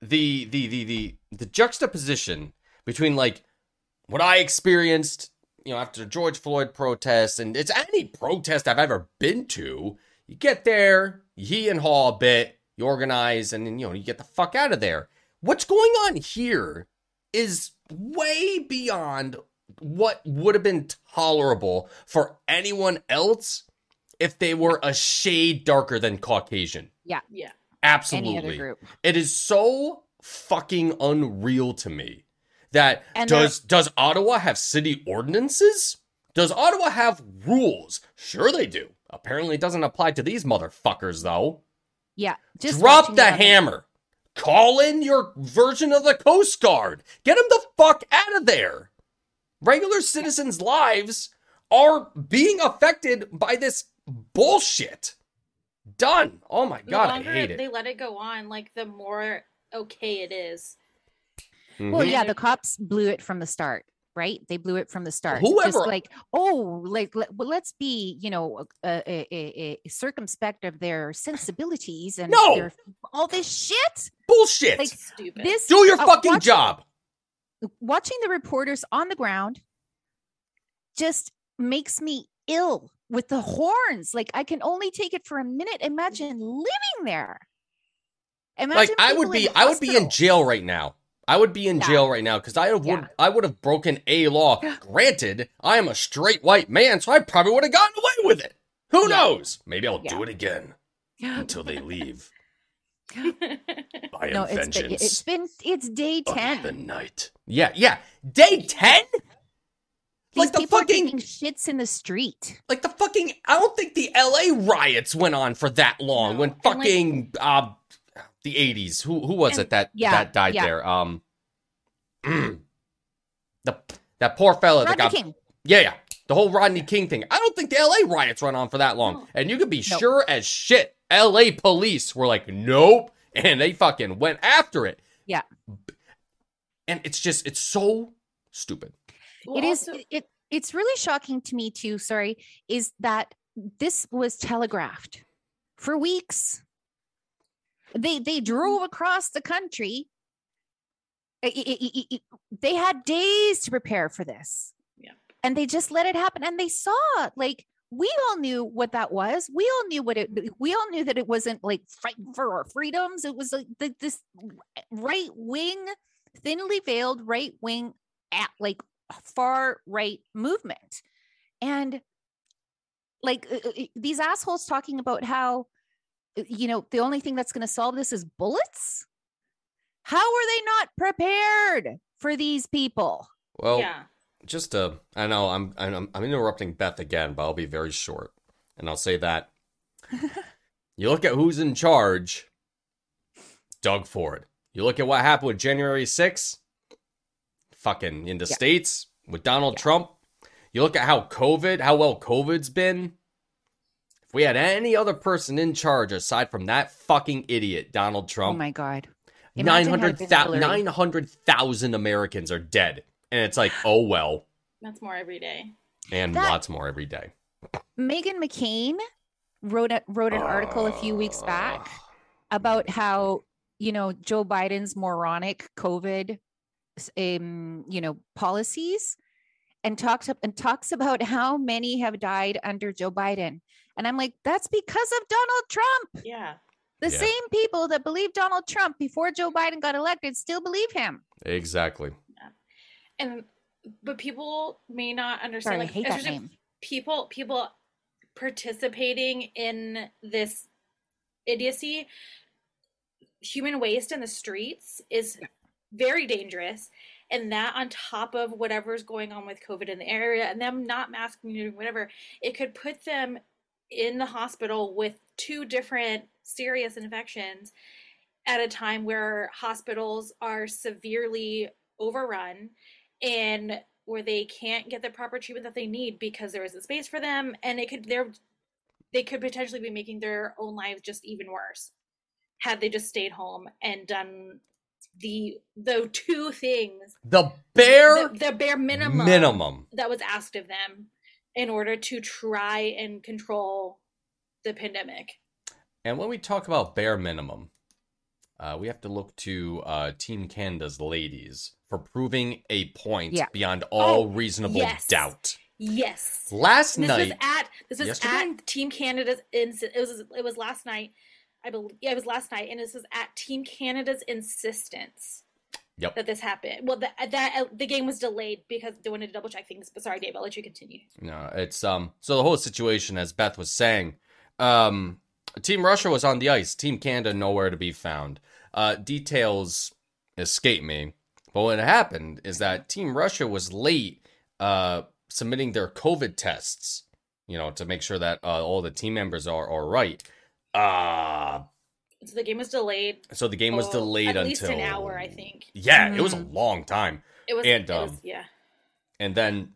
[SPEAKER 1] the, the the the the juxtaposition between like what I experienced, you know, after George Floyd protests and it's any protest I've ever been to. You get there, you hee and haw a bit, you organize, and then you know you get the fuck out of there. What's going on here is way beyond what would have been tolerable for anyone else if they were a shade darker than Caucasian.
[SPEAKER 2] Yeah.
[SPEAKER 1] Absolutely.
[SPEAKER 3] Any other group.
[SPEAKER 1] It is so fucking unreal to me that
[SPEAKER 3] And
[SPEAKER 1] does does Ottawa have city ordinances? Does Ottawa have rules? Sure they do. Apparently it doesn't apply to these motherfuckers though.
[SPEAKER 3] Yeah. Just
[SPEAKER 1] Drop
[SPEAKER 3] watching
[SPEAKER 1] the
[SPEAKER 3] other-
[SPEAKER 1] hammer. Call in your version of the Coast Guard. Get them the fuck out of there. Regular citizens' lives are being affected by this bullshit. Done. Oh my
[SPEAKER 2] The
[SPEAKER 1] god, I
[SPEAKER 2] longer
[SPEAKER 1] hate it.
[SPEAKER 2] they let it go on, like the more okay it is.
[SPEAKER 3] Well,
[SPEAKER 1] Mhm.
[SPEAKER 3] yeah, the cops blew it from the start, right? They blew it from the start. just
[SPEAKER 1] Whoever-
[SPEAKER 3] like, oh, like let, well, let's be, you know, uh, uh, uh, uh, circumspect of their sensibilities and
[SPEAKER 1] No!
[SPEAKER 3] their, all this shit.
[SPEAKER 1] Bullshit.
[SPEAKER 3] like,
[SPEAKER 2] Stupid.
[SPEAKER 3] This
[SPEAKER 1] Do your
[SPEAKER 3] uh,
[SPEAKER 1] fucking
[SPEAKER 3] watch-
[SPEAKER 1] job.
[SPEAKER 3] Watching the reporters on the ground just makes me ill with the horns. Like I can only take it for a minute. Imagine living there.
[SPEAKER 1] Like
[SPEAKER 3] Imagine
[SPEAKER 1] I would
[SPEAKER 3] people in
[SPEAKER 1] be I would be in
[SPEAKER 3] hospital.
[SPEAKER 1] jail right now. I would be in
[SPEAKER 3] Yeah.
[SPEAKER 1] jail right now because I would
[SPEAKER 3] Yeah.
[SPEAKER 1] I would have broken a law. Granted, I am a straight white man, so I probably would have gotten away with it. Who
[SPEAKER 3] Yeah.
[SPEAKER 1] knows? Maybe I'll
[SPEAKER 3] Yeah.
[SPEAKER 1] do it again. until they leave. I am
[SPEAKER 3] no, it's been,
[SPEAKER 1] vengeance.
[SPEAKER 3] it's been it's day
[SPEAKER 1] of
[SPEAKER 3] ten.
[SPEAKER 1] The night. Yeah, yeah. Day ten.
[SPEAKER 3] These
[SPEAKER 1] Like the
[SPEAKER 3] people
[SPEAKER 1] fucking-
[SPEAKER 3] are taking shits in the street.
[SPEAKER 1] Like the fucking. I don't think the L.A. riots went on for that long.
[SPEAKER 2] No,
[SPEAKER 1] When
[SPEAKER 2] and, like-
[SPEAKER 1] fucking uh, the eighties. Who who was
[SPEAKER 3] And-
[SPEAKER 1] it that
[SPEAKER 3] yeah,
[SPEAKER 1] that died
[SPEAKER 3] yeah.
[SPEAKER 1] there? Um, mm, the that poor fella that
[SPEAKER 3] Rodney
[SPEAKER 1] got
[SPEAKER 3] King.
[SPEAKER 1] yeah yeah the whole Rodney King thing. I don't think the L.A. riots went on for that long.
[SPEAKER 2] No.
[SPEAKER 1] And you could be
[SPEAKER 3] Nope.
[SPEAKER 1] sure as shit, L.A. police were like, nope, and they fucking went after it.
[SPEAKER 3] Yeah.
[SPEAKER 1] B- And it's just it's so stupid.
[SPEAKER 2] Well,
[SPEAKER 3] it is
[SPEAKER 2] also-
[SPEAKER 3] it it's really shocking to me too, sorry, is that this was telegraphed for weeks. They they drove
[SPEAKER 2] Mm.
[SPEAKER 3] across the country. I- I- I- I- I- They had days to prepare for this.
[SPEAKER 2] Yeah.
[SPEAKER 3] And they just let it happen and they saw it. like we all knew what that was. We all knew what it we all knew that it wasn't like fighting for our freedoms. It was like the, this right wing thinly veiled right wing at like far right movement and like uh, uh, uh, these assholes talking about how uh, you know the only thing that's going to solve this is bullets how are they not prepared for these people
[SPEAKER 1] Well,
[SPEAKER 2] yeah.
[SPEAKER 1] just to I know I'm I'm I'm interrupting Beth again, but I'll be very short, and I'll say that you look at who's in charge. Doug Ford. You look at what happened with January 6th, fucking in the
[SPEAKER 3] Yeah.
[SPEAKER 1] states with Donald
[SPEAKER 3] Yeah.
[SPEAKER 1] Trump. You look at how COVID, how well COVID's been. If we had any other person in charge aside from that fucking idiot Donald
[SPEAKER 3] oh
[SPEAKER 1] Trump,
[SPEAKER 3] my god Imagine had it been Hillary.
[SPEAKER 1] 900,000 900,000 Americans are dead. And it's like, oh well
[SPEAKER 2] That's more every day.
[SPEAKER 1] and
[SPEAKER 3] That-
[SPEAKER 1] lots more every day.
[SPEAKER 3] megan mccain wrote a, wrote an article a few weeks back
[SPEAKER 1] Ah,
[SPEAKER 3] about how you know Joe Biden's moronic COVID, s- um, you know policies, and talks up and talks about how many have died under Joe Biden, and I'm like, that's because of Donald Trump.
[SPEAKER 2] Yeah.
[SPEAKER 3] The
[SPEAKER 1] Yeah.
[SPEAKER 3] same people that believed Donald Trump before Joe Biden got elected still believe him.
[SPEAKER 1] Exactly.
[SPEAKER 2] And but people may not understand
[SPEAKER 3] Sorry, I
[SPEAKER 2] like
[SPEAKER 3] hate that
[SPEAKER 2] especially
[SPEAKER 3] name.
[SPEAKER 2] people people participating in this idiocy, human waste in the streets is very dangerous. And that on top of whatever's going on with COVID in the area and them not masking you, whatever, it could put them in the hospital with two different serious infections at a time where hospitals are severely overrun and where they can't get the proper treatment that they need because there isn't space for them and it could they're they could potentially be making their own lives just even worse had they just stayed home and done the the two things
[SPEAKER 1] The bare
[SPEAKER 2] the, the bare minimum
[SPEAKER 1] minimum.
[SPEAKER 2] that was asked of them in order to try and control the pandemic
[SPEAKER 1] And when we talk about bare minimum, uh, we have to look to uh, Team Canada's ladies for proving a point
[SPEAKER 3] Yeah.
[SPEAKER 1] beyond all
[SPEAKER 2] Oh,
[SPEAKER 1] reasonable
[SPEAKER 2] yes.
[SPEAKER 1] doubt.
[SPEAKER 2] yes
[SPEAKER 1] Last
[SPEAKER 2] this
[SPEAKER 1] night,
[SPEAKER 2] was at this was
[SPEAKER 1] Yesterday?
[SPEAKER 2] at Team Canada's insist. It was it was last night, I believe. Yeah, it was last night, and this was at Team Canada's insistence.
[SPEAKER 1] Yep.
[SPEAKER 2] That this happened. Well, that that uh, the game was delayed because they wanted to double check things. But sorry, Dave, I'll let you continue.
[SPEAKER 1] No, it's um. So the whole situation, as Beth was saying, um, Team Russia was on the ice. Team Canada nowhere to be found. Uh, details escape me. But what happened is that Team Russia was late uh submitting their COVID tests. You know, to make sure that uh, all the team members are all right. Uh
[SPEAKER 2] So the game was delayed.
[SPEAKER 1] so the game was
[SPEAKER 2] oh,
[SPEAKER 1] delayed
[SPEAKER 2] at
[SPEAKER 1] until
[SPEAKER 2] least an hour, I think.
[SPEAKER 1] Yeah, it was a long time.
[SPEAKER 2] It was.
[SPEAKER 1] And,
[SPEAKER 2] it was-
[SPEAKER 1] um,
[SPEAKER 2] yeah,
[SPEAKER 1] And then,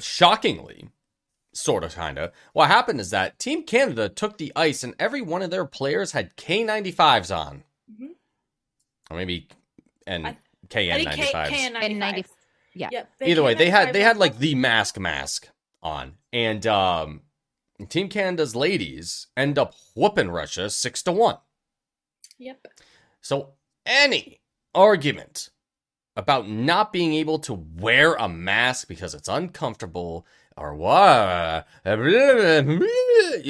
[SPEAKER 1] shockingly, sort of, kind of, what happened is that Team Canada took the ice and every one of their players had K95s on.
[SPEAKER 2] Mhm.
[SPEAKER 1] Or maybe and
[SPEAKER 2] I- I think K-
[SPEAKER 1] KN95s.
[SPEAKER 2] KN95.
[SPEAKER 3] N95. yeah.
[SPEAKER 2] Yep, the
[SPEAKER 1] Either way, they had
[SPEAKER 2] KN95
[SPEAKER 1] they had like the mask mask on. And um, Team Canada's ladies end up whooping Russia 6 to 1.
[SPEAKER 2] Yep.
[SPEAKER 1] So any argument about not being able to wear a mask because it's uncomfortable or what,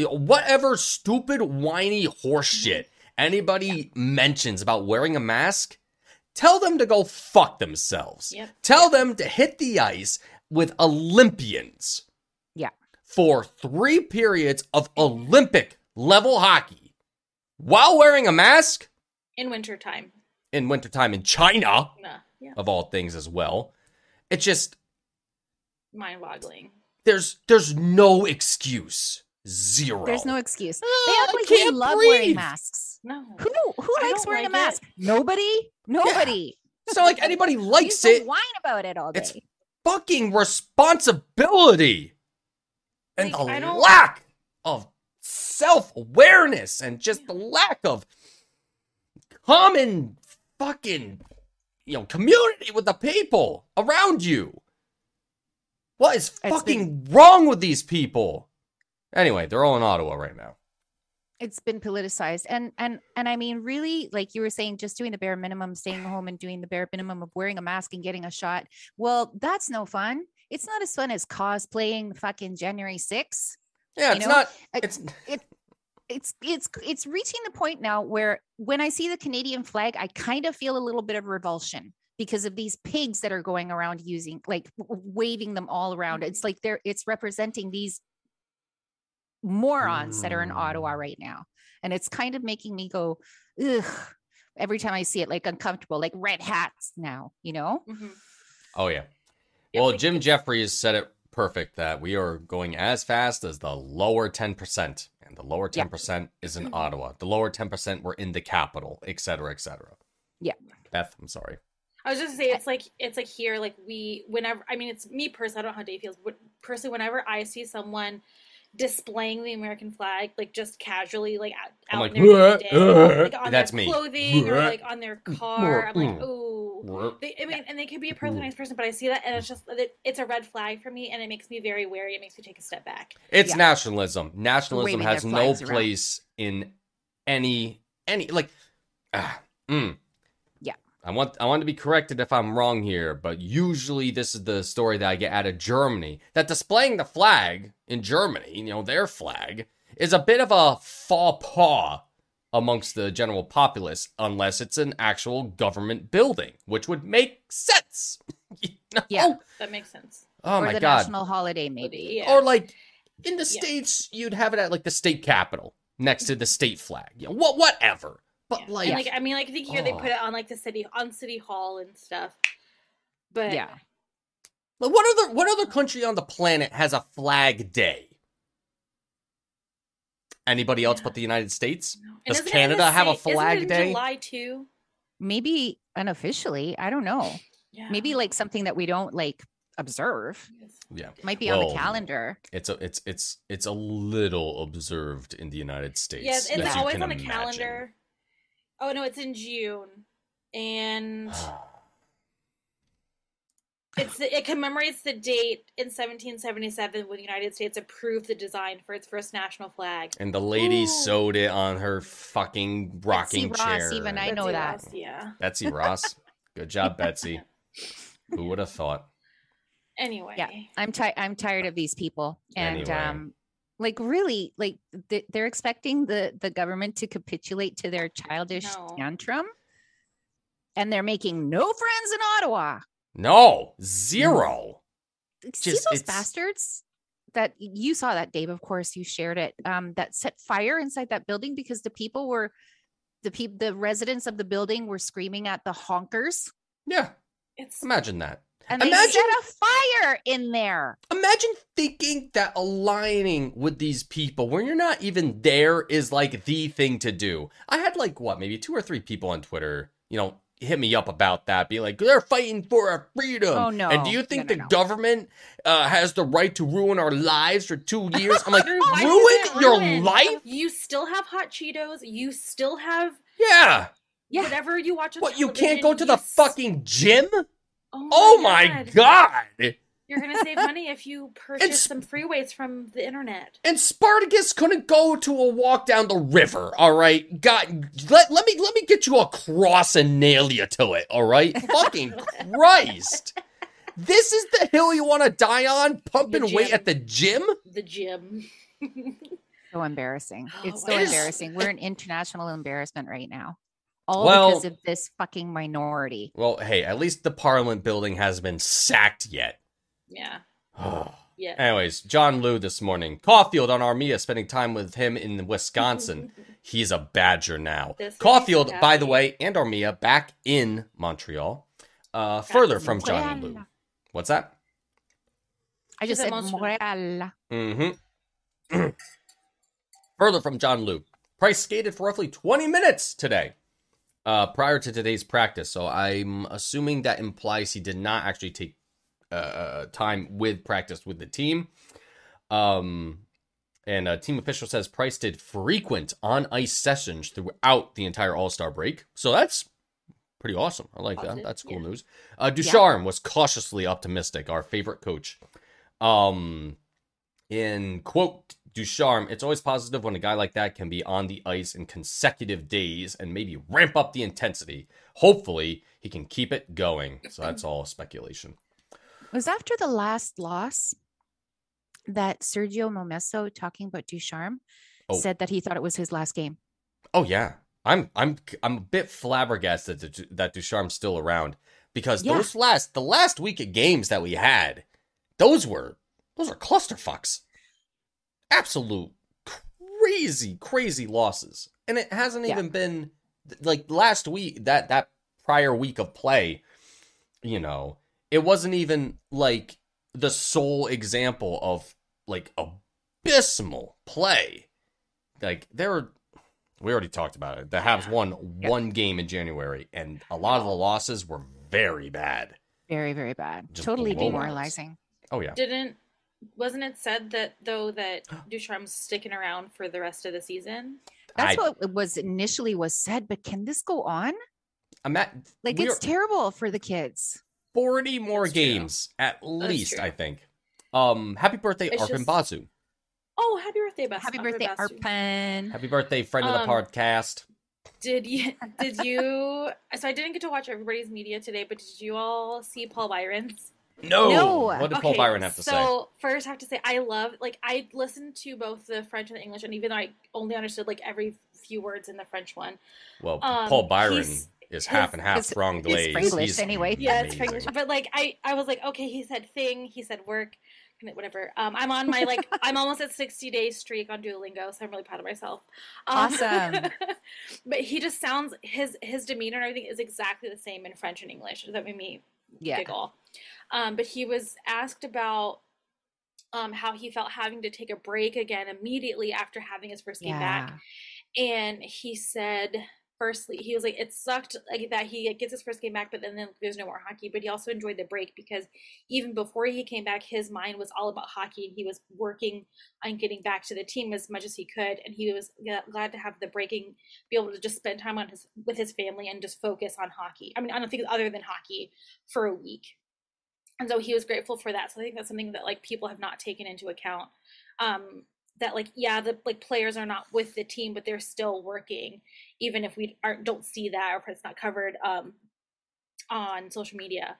[SPEAKER 1] whatever stupid whiny horseshit anybody mentions about wearing a mask, tell them to go fuck themselves.
[SPEAKER 2] Yep.
[SPEAKER 1] Tell them to hit the ice with Olympians.
[SPEAKER 3] Yeah.
[SPEAKER 1] For three periods of Olympic level hockey while wearing a mask
[SPEAKER 2] in wintertime.
[SPEAKER 1] in wintertime in China,
[SPEAKER 2] Nah, yeah,
[SPEAKER 1] of all things as well. It's just
[SPEAKER 2] mind-boggling.
[SPEAKER 1] there's there's no excuse. Zero.
[SPEAKER 3] There's no excuse. They
[SPEAKER 1] Ah,
[SPEAKER 3] act
[SPEAKER 1] I
[SPEAKER 3] like we
[SPEAKER 1] can't
[SPEAKER 3] love wearing
[SPEAKER 1] breathe.
[SPEAKER 3] masks.
[SPEAKER 2] No,
[SPEAKER 3] Who who
[SPEAKER 2] I
[SPEAKER 3] likes
[SPEAKER 2] don't
[SPEAKER 3] wearing a
[SPEAKER 2] like
[SPEAKER 3] mask?
[SPEAKER 2] it.
[SPEAKER 3] Nobody. Nobody.
[SPEAKER 1] It's not like anybody
[SPEAKER 3] I
[SPEAKER 1] likes
[SPEAKER 3] used to
[SPEAKER 1] it.
[SPEAKER 3] whine about it all day.
[SPEAKER 1] It's fucking responsibility. And
[SPEAKER 2] Like, I
[SPEAKER 1] the
[SPEAKER 2] don't-
[SPEAKER 1] lack of self-awareness and just the lack of common fucking you know community with the people around you. What is
[SPEAKER 3] been-
[SPEAKER 1] fucking wrong with these people? Anyway, they're all in Ottawa right now.
[SPEAKER 3] it's been politicized and and and i mean really like you were saying just doing the bare minimum staying home and doing the bare minimum of wearing a mask and getting a shot well that's no fun it's not as fun as cosplaying fucking january 6th
[SPEAKER 1] Yeah,
[SPEAKER 3] You
[SPEAKER 1] it's
[SPEAKER 3] know,
[SPEAKER 1] not
[SPEAKER 3] I-
[SPEAKER 1] it's
[SPEAKER 3] it's it's it's reaching the point now where when i see the canadian flag i kind of feel a little bit of revulsion because of these pigs that are going around using like w- w- waving them all around
[SPEAKER 1] Mm.
[SPEAKER 3] it's like they're it's representing these morons that are in ottawa
[SPEAKER 1] Mm.
[SPEAKER 3] right now and it's kind of making me go ugh every time i see it like uncomfortable like red hats now you know
[SPEAKER 2] Mhm.
[SPEAKER 1] Oh yeah.
[SPEAKER 2] Yeah,
[SPEAKER 1] well,
[SPEAKER 2] like,
[SPEAKER 1] Jim Jeffries said it perfect that we are going as fast as the lower 10%. And the lower
[SPEAKER 3] Yeah.
[SPEAKER 1] 10% is in Ottawa. The lower 10% were in the capital, et cetera, et cetera.
[SPEAKER 3] Yeah.
[SPEAKER 1] Beth, I'm sorry.
[SPEAKER 2] I was just gonna say it's like it's like here like we whenever I mean it's me personally I don't know how Dave feels but personally whenever I see someone displaying the American flag like just casually like out,
[SPEAKER 1] I'm
[SPEAKER 2] out
[SPEAKER 1] like,
[SPEAKER 2] in their everyday
[SPEAKER 1] "Wah,
[SPEAKER 2] day, like on
[SPEAKER 1] that's
[SPEAKER 2] their
[SPEAKER 1] me. Mm-hmm.
[SPEAKER 2] clothing or
[SPEAKER 1] Wah,
[SPEAKER 2] like on their car I'm like
[SPEAKER 1] wah.
[SPEAKER 2] ooh they, I mean and they could be a perfectly
[SPEAKER 1] Ooh.
[SPEAKER 2] nice person but I see that and it's just it, it's a red flag for me and it makes me very wary it makes me take a step back
[SPEAKER 1] It's
[SPEAKER 3] Yeah.
[SPEAKER 1] nationalism. Nationalism
[SPEAKER 3] Waving
[SPEAKER 1] has
[SPEAKER 3] their
[SPEAKER 1] no
[SPEAKER 3] flags around.
[SPEAKER 1] place in any any like ah, mm.
[SPEAKER 3] Yeah.
[SPEAKER 1] I want I want to be corrected if I'm wrong here, but usually this is the story that I get out of Germany that displaying the flag in Germany, you know, their flag is a bit of a faux pas amongst the general populace unless it's an actual government building, which would make sense. You know?
[SPEAKER 3] Yeah.
[SPEAKER 2] that makes sense
[SPEAKER 1] Oh
[SPEAKER 3] or
[SPEAKER 1] my
[SPEAKER 3] the
[SPEAKER 1] god.
[SPEAKER 3] national holiday maybe
[SPEAKER 2] yeah.
[SPEAKER 1] Or like In the
[SPEAKER 2] Yeah.
[SPEAKER 1] states, you'd have it at like the state capitol next to the state flag. You know, what, whatever. But
[SPEAKER 2] Yeah.
[SPEAKER 1] like,
[SPEAKER 2] And, like, I mean, like I think here they
[SPEAKER 1] Oh.
[SPEAKER 2] put it on like the city on city hall and stuff. But
[SPEAKER 3] Yeah.
[SPEAKER 1] like, what other what other country on the planet has a flag day? Anybody else
[SPEAKER 2] Yeah.
[SPEAKER 1] but the United States?
[SPEAKER 2] No. And
[SPEAKER 1] Does
[SPEAKER 2] isn't it in the
[SPEAKER 1] Canada have a
[SPEAKER 2] state- isn't it
[SPEAKER 1] flag
[SPEAKER 2] in
[SPEAKER 1] day?
[SPEAKER 2] July too.
[SPEAKER 3] Maybe unofficially, I don't know.
[SPEAKER 2] Yeah.
[SPEAKER 3] Maybe like something that we don't like observe
[SPEAKER 1] Yeah,
[SPEAKER 3] might be on
[SPEAKER 1] Well,
[SPEAKER 3] the calendar.
[SPEAKER 1] it's a it's it's it's a little observed in the United States.
[SPEAKER 2] Yes,
[SPEAKER 1] as
[SPEAKER 2] it's
[SPEAKER 1] you
[SPEAKER 2] always
[SPEAKER 1] can
[SPEAKER 2] on the
[SPEAKER 1] imagine.
[SPEAKER 2] calendar. Oh no, it's in June, and it's the- it commemorates the date in 1777 when the United States approved the design for its first national flag.
[SPEAKER 1] And the lady
[SPEAKER 2] Ooh.
[SPEAKER 1] sewed it on her fucking rocking
[SPEAKER 3] Ross,
[SPEAKER 1] chair.
[SPEAKER 3] even I
[SPEAKER 2] Betsy
[SPEAKER 3] know that.
[SPEAKER 2] Ross, yeah.
[SPEAKER 1] Betsy Ross. Good job, Betsy. Who would have thought?
[SPEAKER 2] Anyway.
[SPEAKER 3] I'm tired. I'm tired of these people, and
[SPEAKER 1] Anyway.
[SPEAKER 3] um, like really, like th- they're expecting the the government to capitulate to their childish
[SPEAKER 2] No.
[SPEAKER 3] tantrum, and they're making no friends in Ottawa.
[SPEAKER 1] No, zero.
[SPEAKER 3] See
[SPEAKER 1] Just-
[SPEAKER 3] those
[SPEAKER 1] it's-
[SPEAKER 3] bastards that you saw that, Dave. Of course, you shared it. Um, that set fire inside that building because the people were the people, the residents of the building were screaming at the honkers,
[SPEAKER 1] Yeah,
[SPEAKER 2] It's
[SPEAKER 1] imagine that.
[SPEAKER 3] and they
[SPEAKER 1] Imagine-
[SPEAKER 3] set a fire in there.
[SPEAKER 1] Imagine thinking that aligning with these people when you're not even there is like the thing to do. I had like what, maybe two or three people on Twitter, you know, hit me up about that, be like, they're fighting for our freedom.
[SPEAKER 3] Oh, no.
[SPEAKER 1] And do you
[SPEAKER 3] No,
[SPEAKER 1] think
[SPEAKER 3] no,
[SPEAKER 1] the
[SPEAKER 3] no.
[SPEAKER 1] government uh, has the right to ruin our lives for two years? I'm like,
[SPEAKER 2] Your life
[SPEAKER 1] ruin
[SPEAKER 2] isn't
[SPEAKER 1] your
[SPEAKER 2] ruined.
[SPEAKER 1] life?
[SPEAKER 2] You still have hot Cheetos. You still have
[SPEAKER 1] Yeah.
[SPEAKER 3] Yeah.
[SPEAKER 2] whatever you watch on
[SPEAKER 1] What, you can't go to
[SPEAKER 2] television,
[SPEAKER 1] the
[SPEAKER 2] you s-
[SPEAKER 1] fucking gym? Oh my god!
[SPEAKER 2] You're gonna save money if you purchase
[SPEAKER 1] It's-
[SPEAKER 2] some freeways from the internet.
[SPEAKER 1] And Spartacus couldn't go to a walk down the river, all right? God, let, let me let me get you a cross and nail you to it, all right? Fucking Christ! This is the hill you want to die on, pumping
[SPEAKER 2] The
[SPEAKER 1] weight
[SPEAKER 2] gym.
[SPEAKER 1] at the gym?
[SPEAKER 2] The gym.
[SPEAKER 3] So embarrassing.
[SPEAKER 2] Oh,
[SPEAKER 3] It's so
[SPEAKER 1] it is.
[SPEAKER 3] embarrassing. We're an international embarrassment right now. All because
[SPEAKER 1] Well-
[SPEAKER 3] of this fucking minority.
[SPEAKER 1] Well, hey, at least the Parliament building hasn't been sacked yet.
[SPEAKER 2] yeah. Yeah.
[SPEAKER 1] Anyways, John Liu this morning. Caulfield on Armia, spending time with him in Wisconsin. He's a Badger now.
[SPEAKER 2] This makes me
[SPEAKER 1] Caulfield, by the
[SPEAKER 2] happy.
[SPEAKER 1] way, and Armia back in Montreal. Uh, further
[SPEAKER 2] in
[SPEAKER 1] from John
[SPEAKER 3] Montreal.
[SPEAKER 1] Liu. What's that?
[SPEAKER 3] I just
[SPEAKER 2] She's
[SPEAKER 3] said
[SPEAKER 2] emotional.
[SPEAKER 3] Montreal.
[SPEAKER 1] Mm-hmm. Further from John Liu, Price skated for roughly 20 minutes today uh, prior to today's practice. So I'm assuming that implies he did not actually take uh, uh, time with practice with the team. Um, and a team official says Price did frequent on ice sessions throughout the entire All Star break. So that's pretty awesome. I like that.
[SPEAKER 2] Positive,
[SPEAKER 1] That's cool
[SPEAKER 2] yeah.
[SPEAKER 1] news. Uh, Ducharme was cautiously optimistic, our favorite coach. Um, in quote Ducharme, it's always positive when a guy like that can be on the ice in consecutive days and maybe ramp up the intensity. Hopefully, he can keep it going. So that's all speculation.
[SPEAKER 3] It was after the last loss that Sergio Momesso talking about Ducharme
[SPEAKER 1] Oh.
[SPEAKER 3] said that he thought it was his last game.
[SPEAKER 1] Oh yeah, I'm I'm I'm a bit flabbergasted that Du- that Ducharme's still around because
[SPEAKER 3] Yeah.
[SPEAKER 1] those last the last week of games that we had, those were those are clusterfucks, absolute crazy crazy losses, and it hasn't
[SPEAKER 3] Yeah.
[SPEAKER 1] even been like last week that that prior week of play, you know, it wasn't even like the sole example of like abysmal play. Like there were we already talked about it. The Habs won
[SPEAKER 3] Yeah.
[SPEAKER 1] one game in January, and a lot of the losses were very bad.
[SPEAKER 3] Very, very bad.
[SPEAKER 1] Just
[SPEAKER 3] totally
[SPEAKER 1] blowouts.
[SPEAKER 3] demoralizing.
[SPEAKER 1] Oh yeah,
[SPEAKER 2] Didn't wasn't it said that though that Ducharme's sticking around for the rest of the season?
[SPEAKER 3] That's
[SPEAKER 1] I-
[SPEAKER 3] what it was initially was said, but can this go on?
[SPEAKER 1] I'm at
[SPEAKER 3] Like
[SPEAKER 1] we're
[SPEAKER 3] it's terrible for the kids.
[SPEAKER 1] forty more
[SPEAKER 2] That's true.
[SPEAKER 1] games at least.
[SPEAKER 2] true.
[SPEAKER 1] I think. Um, happy birthday,
[SPEAKER 2] It's
[SPEAKER 1] Arpan
[SPEAKER 2] just-
[SPEAKER 1] Bazu.
[SPEAKER 2] Oh, happy birthday, Bas-
[SPEAKER 3] Happy birthday,
[SPEAKER 2] Basu.
[SPEAKER 3] Arpan.
[SPEAKER 1] Happy birthday, friend of
[SPEAKER 2] Um,
[SPEAKER 1] the podcast.
[SPEAKER 2] Did you did you so I didn't get to watch everybody's media today, but did you all see Paul Byron's?
[SPEAKER 1] No,
[SPEAKER 3] no.
[SPEAKER 1] what did Paul Byron have to
[SPEAKER 2] so
[SPEAKER 1] say?
[SPEAKER 2] first I have to say I love like I listened to both the French and the English and even though I only understood like every few words in the French one.
[SPEAKER 1] Well,
[SPEAKER 2] um,
[SPEAKER 1] Paul Byron
[SPEAKER 2] he's-
[SPEAKER 1] is half and half
[SPEAKER 3] his-
[SPEAKER 1] Franglais.
[SPEAKER 3] Franglish anyway.
[SPEAKER 2] Yeah, it's Franglish.
[SPEAKER 1] amazing.
[SPEAKER 2] But like I, I was like, okay, he said thing, he said work. whatever. Um, I'm on my like I'm almost at 60 day streak on Duolingo, so I'm really proud of myself. Um,
[SPEAKER 3] Awesome.
[SPEAKER 2] but he just sounds his his demeanor and everything is exactly the same in French and English. That made me
[SPEAKER 3] Yeah.
[SPEAKER 2] giggle. Um, but he was asked about um, how he felt having to take a break again immediately after having his first game back, and he said. Firstly, he was like, it sucked like that he like, gets his first game back, but then, then there's no more hockey. But he also enjoyed the break because even before he came back, his mind was all about hockey and he was working on getting back to the team as much as he could. And he was gl- glad to have the breaking, be able to just spend time on his with his family and just focus on hockey. I mean, on things other than hockey for a week. And so he was grateful for that. So I think that's something that like people have not taken into account. Um, that like yeah, the like players are not with the team, but they're still working, even if we aren't don't see that or if it's not covered um, on social media.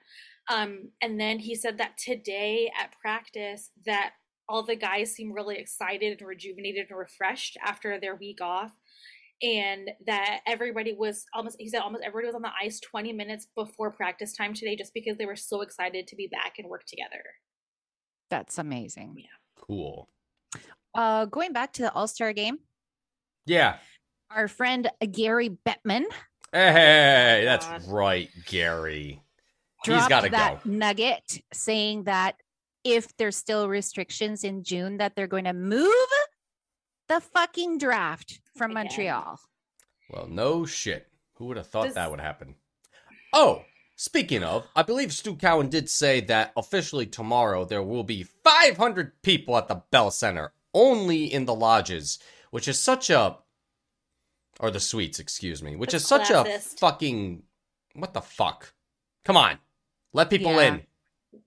[SPEAKER 2] Um, and then he said that today at practice that all the guys seem really excited and rejuvenated and refreshed after their week off. And that everybody was almost, he said almost everybody was on the ice 20 minutes before practice time today just because they were so excited to be back and work together.
[SPEAKER 3] That's amazing.
[SPEAKER 1] Cool.
[SPEAKER 3] Uh, going back to the All Star game,
[SPEAKER 1] Yeah.
[SPEAKER 3] our friend uh, Gary Bettman
[SPEAKER 1] Hey, that's
[SPEAKER 2] God.
[SPEAKER 1] right, Gary. He's got to
[SPEAKER 3] dropped
[SPEAKER 1] go.
[SPEAKER 3] that nugget saying that if there's still restrictions in June, that they're going to move the fucking draft from
[SPEAKER 2] Again.
[SPEAKER 3] Montreal.
[SPEAKER 1] Well, no shit. Who would have thought
[SPEAKER 2] Does-
[SPEAKER 1] that would happen? Oh, speaking of, I believe Stu Cowan did say that officially tomorrow there will be 500 people at the Bell Center, only in the lodges, which is such a. Or the suites, excuse me, which
[SPEAKER 2] That's
[SPEAKER 1] is such a
[SPEAKER 2] classist.
[SPEAKER 1] fucking. What the fuck? Come on. Let people
[SPEAKER 3] Yeah.
[SPEAKER 1] in.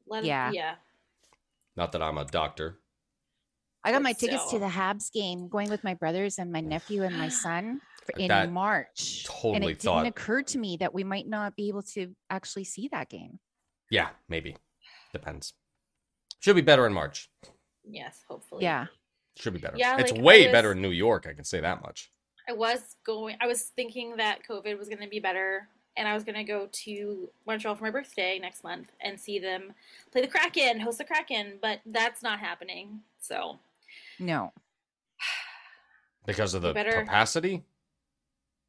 [SPEAKER 2] Let
[SPEAKER 3] Yeah.
[SPEAKER 2] It, yeah.
[SPEAKER 1] Not that I'm a doctor.
[SPEAKER 3] I got my
[SPEAKER 2] But
[SPEAKER 3] tickets to
[SPEAKER 2] still.
[SPEAKER 3] the Habs game, going with my brothers and my nephew and my son for- in
[SPEAKER 1] That
[SPEAKER 3] March. and
[SPEAKER 1] totally
[SPEAKER 3] it
[SPEAKER 1] thought-
[SPEAKER 3] didn't occur to me that we might not be able to actually see that game.
[SPEAKER 1] Yeah, maybe. Depends. Should be better in March.
[SPEAKER 2] Yes, hopefully.
[SPEAKER 3] Yeah.
[SPEAKER 1] Should be better.
[SPEAKER 2] Yeah,
[SPEAKER 1] it's
[SPEAKER 2] like, I
[SPEAKER 1] way
[SPEAKER 2] was-
[SPEAKER 1] better in New York, I can say that much.
[SPEAKER 2] I was going. I was thinking that COVID was going to be better, and I was going to go to Montreal for my birthday next month and see them play the Kraken, host the Kraken, but that's not happening. So
[SPEAKER 3] No.
[SPEAKER 1] Because of
[SPEAKER 2] You
[SPEAKER 1] the
[SPEAKER 2] better-
[SPEAKER 1] capacity?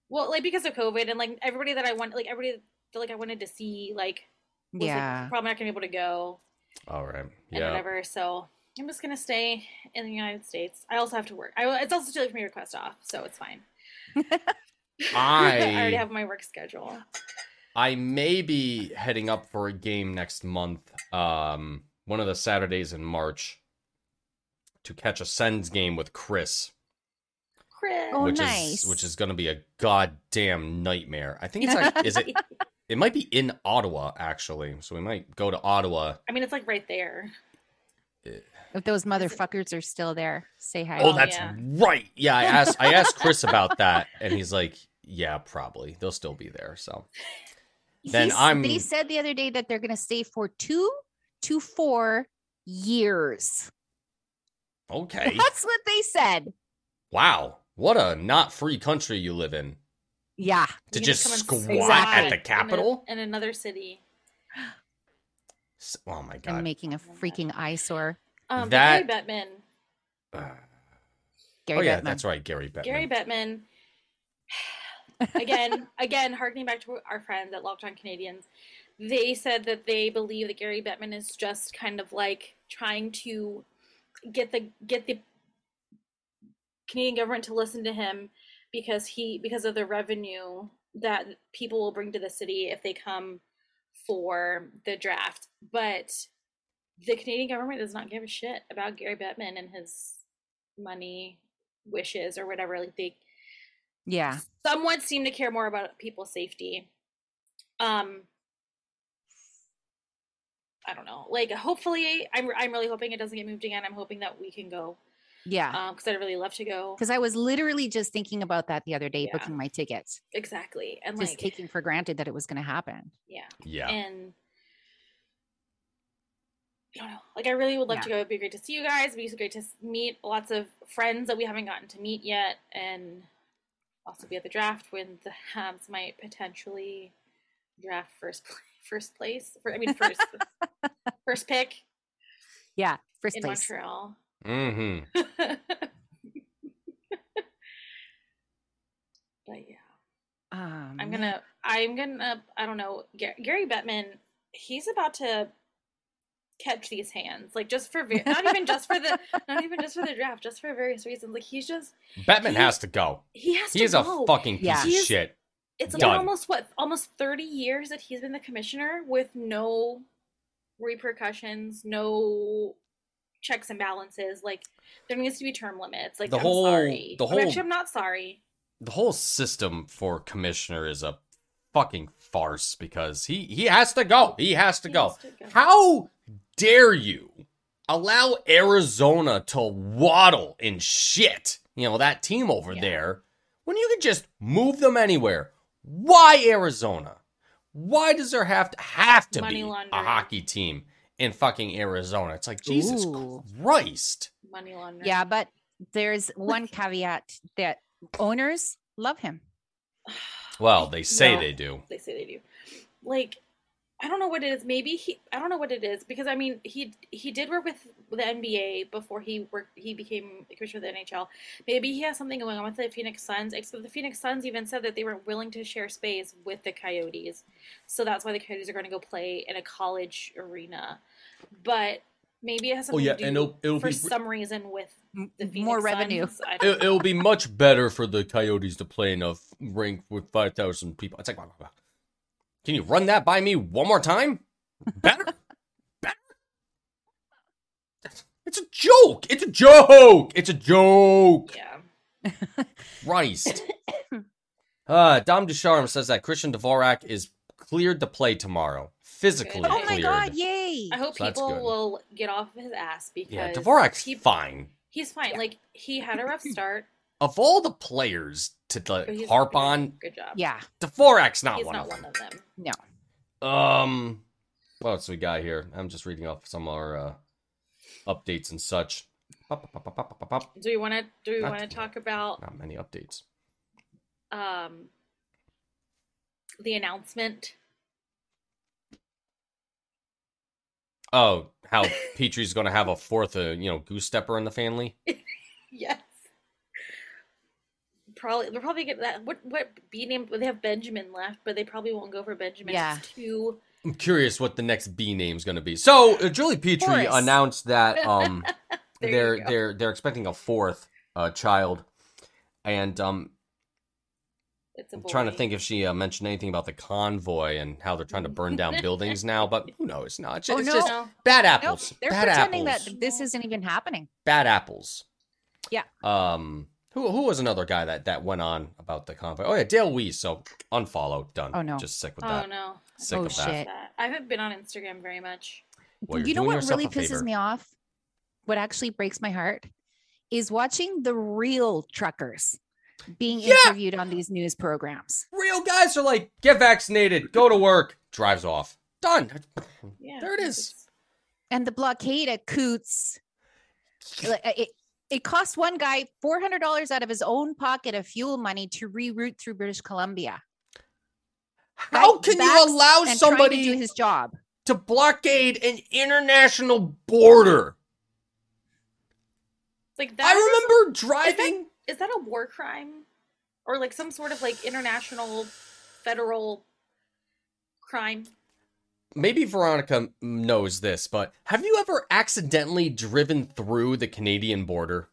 [SPEAKER 2] well, like because of COVID and like everybody that I want, like everybody that like I wanted to see, like was
[SPEAKER 3] Yeah.
[SPEAKER 2] like, probably not going to be able to go
[SPEAKER 1] All right.
[SPEAKER 2] and
[SPEAKER 1] Yeah.
[SPEAKER 2] whatever. So I'm just going to stay in the United States. I also have to work. I it's also too late for me to request off, so it's fine. I already
[SPEAKER 1] I
[SPEAKER 2] have my work schedule.
[SPEAKER 1] I may be heading up for a game next month. Um one of the Saturdays in March to catch a Sens game with Chris,
[SPEAKER 2] Chris.
[SPEAKER 3] Oh,
[SPEAKER 1] which
[SPEAKER 3] nice.
[SPEAKER 1] is which is going to be a goddamn nightmare. I think it's like, is it it might be in Ottawa actually. So we might go to Ottawa.
[SPEAKER 2] I mean, it's like right there.
[SPEAKER 3] If those motherfuckers are still there, say hi.
[SPEAKER 1] Oh,
[SPEAKER 2] Oh,
[SPEAKER 1] that's
[SPEAKER 2] yeah.
[SPEAKER 1] right. Yeah, I asked I asked Chris about that and he's like, "Yeah, probably. They'll still be there." So then
[SPEAKER 3] He's- They
[SPEAKER 1] I'm-
[SPEAKER 3] said the other day that they're going to stay for two to four years.
[SPEAKER 1] Okay.
[SPEAKER 3] That's what they said.
[SPEAKER 1] Wow, what a not free country you live in
[SPEAKER 3] Yeah.
[SPEAKER 1] to
[SPEAKER 2] You
[SPEAKER 1] just
[SPEAKER 2] come and
[SPEAKER 1] squat
[SPEAKER 3] Exactly.
[SPEAKER 1] at the
[SPEAKER 2] in a-
[SPEAKER 1] Capitol.
[SPEAKER 2] in, another city.
[SPEAKER 1] S- Oh my
[SPEAKER 3] I'm
[SPEAKER 1] god,
[SPEAKER 3] making a freaking eyesore.
[SPEAKER 2] Um,
[SPEAKER 1] That-
[SPEAKER 2] but Gary Bettman.
[SPEAKER 1] Ugh.
[SPEAKER 3] Gary
[SPEAKER 1] Ah. oh yeah,
[SPEAKER 3] Bettman.
[SPEAKER 1] that's right, Gary Bettman.
[SPEAKER 2] Gary Bettman. again, again, harkening back to our friends at Locked On Canadians, they said that they believe that Gary Bettman is just kind of like trying to get the get the Canadian government to listen to him because he because of the revenue that people will bring to the city if they come for the draft. But the Canadian government does not give a shit about Gary Bettman and his money wishes or whatever. Like they
[SPEAKER 3] Yeah.
[SPEAKER 2] somewhat seem to care more about people's safety. Um, I don't know. Like, hopefully, I'm I'm really hoping it doesn't get moved again. I'm hoping that we can go
[SPEAKER 3] Yeah.
[SPEAKER 2] Um, 'cause I'd really love to go.
[SPEAKER 3] Because I was literally just thinking about that the other day,
[SPEAKER 2] Yeah.
[SPEAKER 3] booking my tickets,
[SPEAKER 2] Exactly, and
[SPEAKER 3] just
[SPEAKER 2] like,
[SPEAKER 3] taking for granted that it was going to happen.
[SPEAKER 2] yeah,
[SPEAKER 1] Yeah,
[SPEAKER 2] and. I don't know. Like, I really would love
[SPEAKER 3] Yeah.
[SPEAKER 2] to go. It'd be great to see you guys. It'd be great to s- meet lots of friends that we haven't gotten to meet yet, and also be at the draft when the Habs might potentially draft first pla- first place. For, I mean, first first pick.
[SPEAKER 3] Yeah, first
[SPEAKER 2] in
[SPEAKER 3] place.
[SPEAKER 2] Montreal.
[SPEAKER 1] Mm-hmm.
[SPEAKER 2] but yeah.
[SPEAKER 3] Um,
[SPEAKER 1] Mm-hmm.
[SPEAKER 2] I'm gonna. I'm gonna. I don't know. Ga- Gary Bettman. He's about to catch these hands, like just for ve- not even just for the not even just for the draft, just for various reasons. Like he's just
[SPEAKER 1] Batman
[SPEAKER 2] He-
[SPEAKER 1] has to go.
[SPEAKER 2] he has
[SPEAKER 1] He
[SPEAKER 2] to
[SPEAKER 1] is
[SPEAKER 2] go.
[SPEAKER 1] a fucking piece
[SPEAKER 3] Yeah.
[SPEAKER 1] of
[SPEAKER 2] He is-
[SPEAKER 1] shit.
[SPEAKER 2] it's been
[SPEAKER 1] done.
[SPEAKER 2] almost what almost 30 years that he's been the commissioner with no repercussions, no checks and balances. Like there needs to be term limits. Like
[SPEAKER 1] The
[SPEAKER 2] I'm
[SPEAKER 1] whole-
[SPEAKER 2] sorry.
[SPEAKER 1] the
[SPEAKER 2] Or
[SPEAKER 1] whole-
[SPEAKER 2] actually, I'm not sorry.
[SPEAKER 1] The whole system for commissioner is a fucking farce because he he has to go. He has to
[SPEAKER 2] He
[SPEAKER 1] go.
[SPEAKER 2] has to go.
[SPEAKER 1] How dare you allow Arizona to waddle in shit? You know, that team over
[SPEAKER 2] Yeah.
[SPEAKER 1] there, when you can just move them anywhere. Why Arizona? Why does there have to have to
[SPEAKER 2] Money
[SPEAKER 1] be a
[SPEAKER 2] laundering.
[SPEAKER 1] hockey team in fucking Arizona? It's like Jesus
[SPEAKER 3] Ooh.
[SPEAKER 1] Christ.
[SPEAKER 2] Money laundering.
[SPEAKER 3] Yeah, but there's one caveat that owners love him.
[SPEAKER 1] Well, they say
[SPEAKER 2] No.
[SPEAKER 1] they do.
[SPEAKER 2] they say they do. Like, I don't know what it is. Maybe he. I don't know what it is because I mean he he did work with the NBA before he worked. He became the commissioner of the NHL. Maybe he has something going on with the Phoenix Suns. Except the Phoenix Suns even said that they weren't willing to share space with the Coyotes, so that's why the Coyotes are going to go play in a college arena. But maybe it has something
[SPEAKER 1] Oh, yeah,
[SPEAKER 2] to do
[SPEAKER 1] and it'll- it'll
[SPEAKER 2] for
[SPEAKER 1] be-
[SPEAKER 2] some reason with
[SPEAKER 3] M-
[SPEAKER 2] the Phoenix
[SPEAKER 3] More revenue.
[SPEAKER 2] Suns. I don't
[SPEAKER 1] It, it'll be much better for the Coyotes to play in a f- rink with 5,000 people. It's like, "Wah, wah, wah." can you run that by me one more time? Better? better? It's a joke. It's a joke. It's a joke.
[SPEAKER 2] yeah.
[SPEAKER 1] Christ. Uh, Dom Ducharme says that Christian Dvorak is cleared to play tomorrow. Physically
[SPEAKER 2] Good.
[SPEAKER 3] Oh my
[SPEAKER 1] cleared.
[SPEAKER 3] God! Yay!
[SPEAKER 2] I hope
[SPEAKER 1] So that's
[SPEAKER 2] people
[SPEAKER 1] good.
[SPEAKER 2] will get off his ass because
[SPEAKER 1] Yeah, Dvorak's
[SPEAKER 2] he-
[SPEAKER 1] fine.
[SPEAKER 2] He's fine. Like he had a rough start.
[SPEAKER 1] Of all the players to like,
[SPEAKER 2] But he's
[SPEAKER 1] harp
[SPEAKER 2] good.
[SPEAKER 1] on,
[SPEAKER 2] Good job.
[SPEAKER 3] Yeah.
[SPEAKER 1] Dvorak's not
[SPEAKER 2] he's
[SPEAKER 1] one
[SPEAKER 2] not
[SPEAKER 1] of them.
[SPEAKER 2] one of them.
[SPEAKER 3] No.
[SPEAKER 1] Um, what else we got here? I'm just reading off some of our uh, updates and such. Pop, pop, pop, pop, pop, pop, pop.
[SPEAKER 2] Do we want to? Do we
[SPEAKER 1] Not
[SPEAKER 2] want to
[SPEAKER 1] too
[SPEAKER 2] talk about
[SPEAKER 1] Not many updates.
[SPEAKER 2] um the announcement?
[SPEAKER 1] Oh, how Petrie's gonna have a fourth, uh, you know, goose stepper in the family.
[SPEAKER 2] Yes. Probably they'll probably get that. What what B name? Well, they have Benjamin left, but they probably won't go for Benjamin.
[SPEAKER 3] Yeah.
[SPEAKER 2] It's too.
[SPEAKER 1] I'm curious what the next B name's gonna be. So uh, Julie Petrie
[SPEAKER 3] Horace.
[SPEAKER 1] announced that um
[SPEAKER 2] There you
[SPEAKER 1] they're
[SPEAKER 2] go.
[SPEAKER 1] they're they're expecting a fourth uh, child, and um
[SPEAKER 2] It's a
[SPEAKER 1] I'm trying to
[SPEAKER 2] boy.
[SPEAKER 1] think if she uh, mentioned anything about the convoy and how they're trying to burn down buildings now, but who knows? No, it's,
[SPEAKER 3] Oh,
[SPEAKER 1] it's
[SPEAKER 3] no.
[SPEAKER 1] just
[SPEAKER 2] No.
[SPEAKER 1] bad
[SPEAKER 3] Nope.
[SPEAKER 1] apples.
[SPEAKER 3] They're
[SPEAKER 1] bad
[SPEAKER 3] pretending
[SPEAKER 1] apples.
[SPEAKER 3] that this isn't even happening.
[SPEAKER 1] bad apples.
[SPEAKER 3] Yeah.
[SPEAKER 1] Um. Who who was another guy that that went on about the convoy? Oh yeah, Dale Weiss. So unfollow, done.
[SPEAKER 3] Oh, no.
[SPEAKER 1] just sick with
[SPEAKER 2] Oh
[SPEAKER 1] that.
[SPEAKER 2] no.
[SPEAKER 1] Sick
[SPEAKER 3] Oh,
[SPEAKER 1] of that.
[SPEAKER 3] shit.
[SPEAKER 2] That- I haven't been on Instagram very much.
[SPEAKER 1] Well, you're
[SPEAKER 3] you know
[SPEAKER 1] doing
[SPEAKER 3] what
[SPEAKER 1] yourself
[SPEAKER 3] really
[SPEAKER 1] a
[SPEAKER 3] pisses
[SPEAKER 1] favor.
[SPEAKER 3] me off? What actually breaks my heart is watching the real truckers being
[SPEAKER 1] Yeah.
[SPEAKER 3] interviewed on these news programs.
[SPEAKER 1] Real guys are like, get vaccinated, go to work, drives off, done.
[SPEAKER 2] Yeah.
[SPEAKER 1] There it
[SPEAKER 2] it's
[SPEAKER 1] is.
[SPEAKER 2] just-
[SPEAKER 3] And the blockade at Coots, like, uh, it, it cost one guy $400 out of his own pocket of fuel money to reroute through British Columbia.
[SPEAKER 1] How can
[SPEAKER 3] Vax
[SPEAKER 1] you allow
[SPEAKER 3] and trying
[SPEAKER 1] somebody
[SPEAKER 3] to do his job?
[SPEAKER 1] to blockade an international border?
[SPEAKER 2] Like that.
[SPEAKER 1] I
[SPEAKER 2] is-
[SPEAKER 1] remember driving.
[SPEAKER 2] is that a war crime or like some sort of like international federal crime
[SPEAKER 1] Maybe Veronica knows this, but have you ever accidentally driven through the Canadian border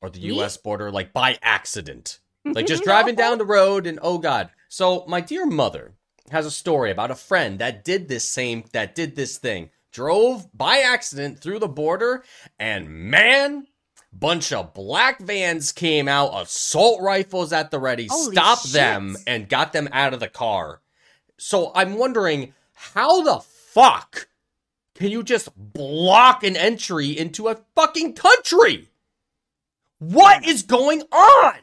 [SPEAKER 1] or the
[SPEAKER 3] Me?
[SPEAKER 1] US border, like by accident? Like just driving down the road and oh god. So my dear mother has a story about a friend that did this same that did this thing. Drove by accident through the border and man, bunch of black vans came out, assault rifles at the ready,
[SPEAKER 3] Holy
[SPEAKER 1] stopped
[SPEAKER 3] shit.
[SPEAKER 1] them and got them out of the car. So I'm wondering how the fuck can you just block an entry into a fucking country?
[SPEAKER 3] Hmm.
[SPEAKER 1] What is going on?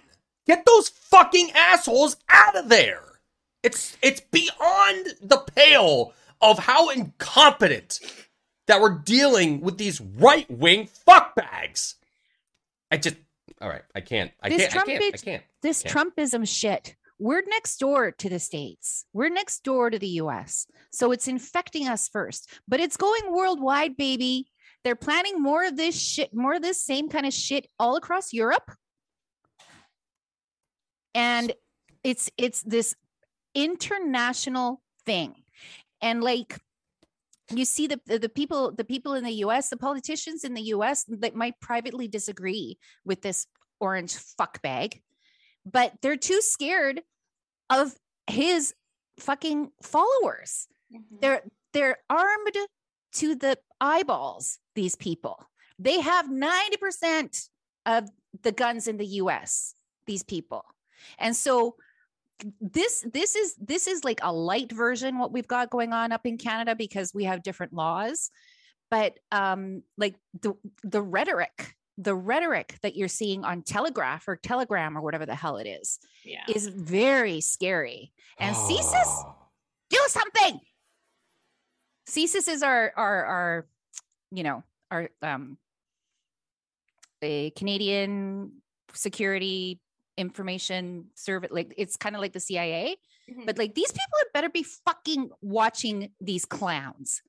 [SPEAKER 1] Get those fucking assholes out of there. It's it's beyond the pale of how incompetent that we're dealing with these right-wing fuckbags. I just all right, I can't. I
[SPEAKER 3] This
[SPEAKER 1] can't. I can't. I
[SPEAKER 3] trumpet-
[SPEAKER 1] can't.
[SPEAKER 3] this
[SPEAKER 1] Yeah.
[SPEAKER 3] Trumpism shit. We're next door to the states. We're next door to the US. So it's infecting us first, but it's going worldwide, baby. They're planning more of this shit, more of this same kind of shit all across Europe. And it's it's this international thing. And like you see the, the the people the people in the US, the politicians in the US that might privately disagree with this orange fuck bag, but they're too scared of his fucking followers.
[SPEAKER 2] Mhm.
[SPEAKER 3] They're they're armed to the eyeballs, these people. They have 90% of the guns in the US, these people. And so this this is this is like a light version what we've got going on up in Canada because we have different laws. But um like the the rhetoric, the rhetoric that you're seeing on Telegraph or Telegram or whatever the hell it is
[SPEAKER 2] Yeah.
[SPEAKER 3] is very scary. And
[SPEAKER 1] Ah.
[SPEAKER 3] CSIS do something. CSIS is our our our you know our um a Canadian security information service like it's kind of like the CIA
[SPEAKER 2] Mhm.
[SPEAKER 3] but like these people had better be fucking watching these clowns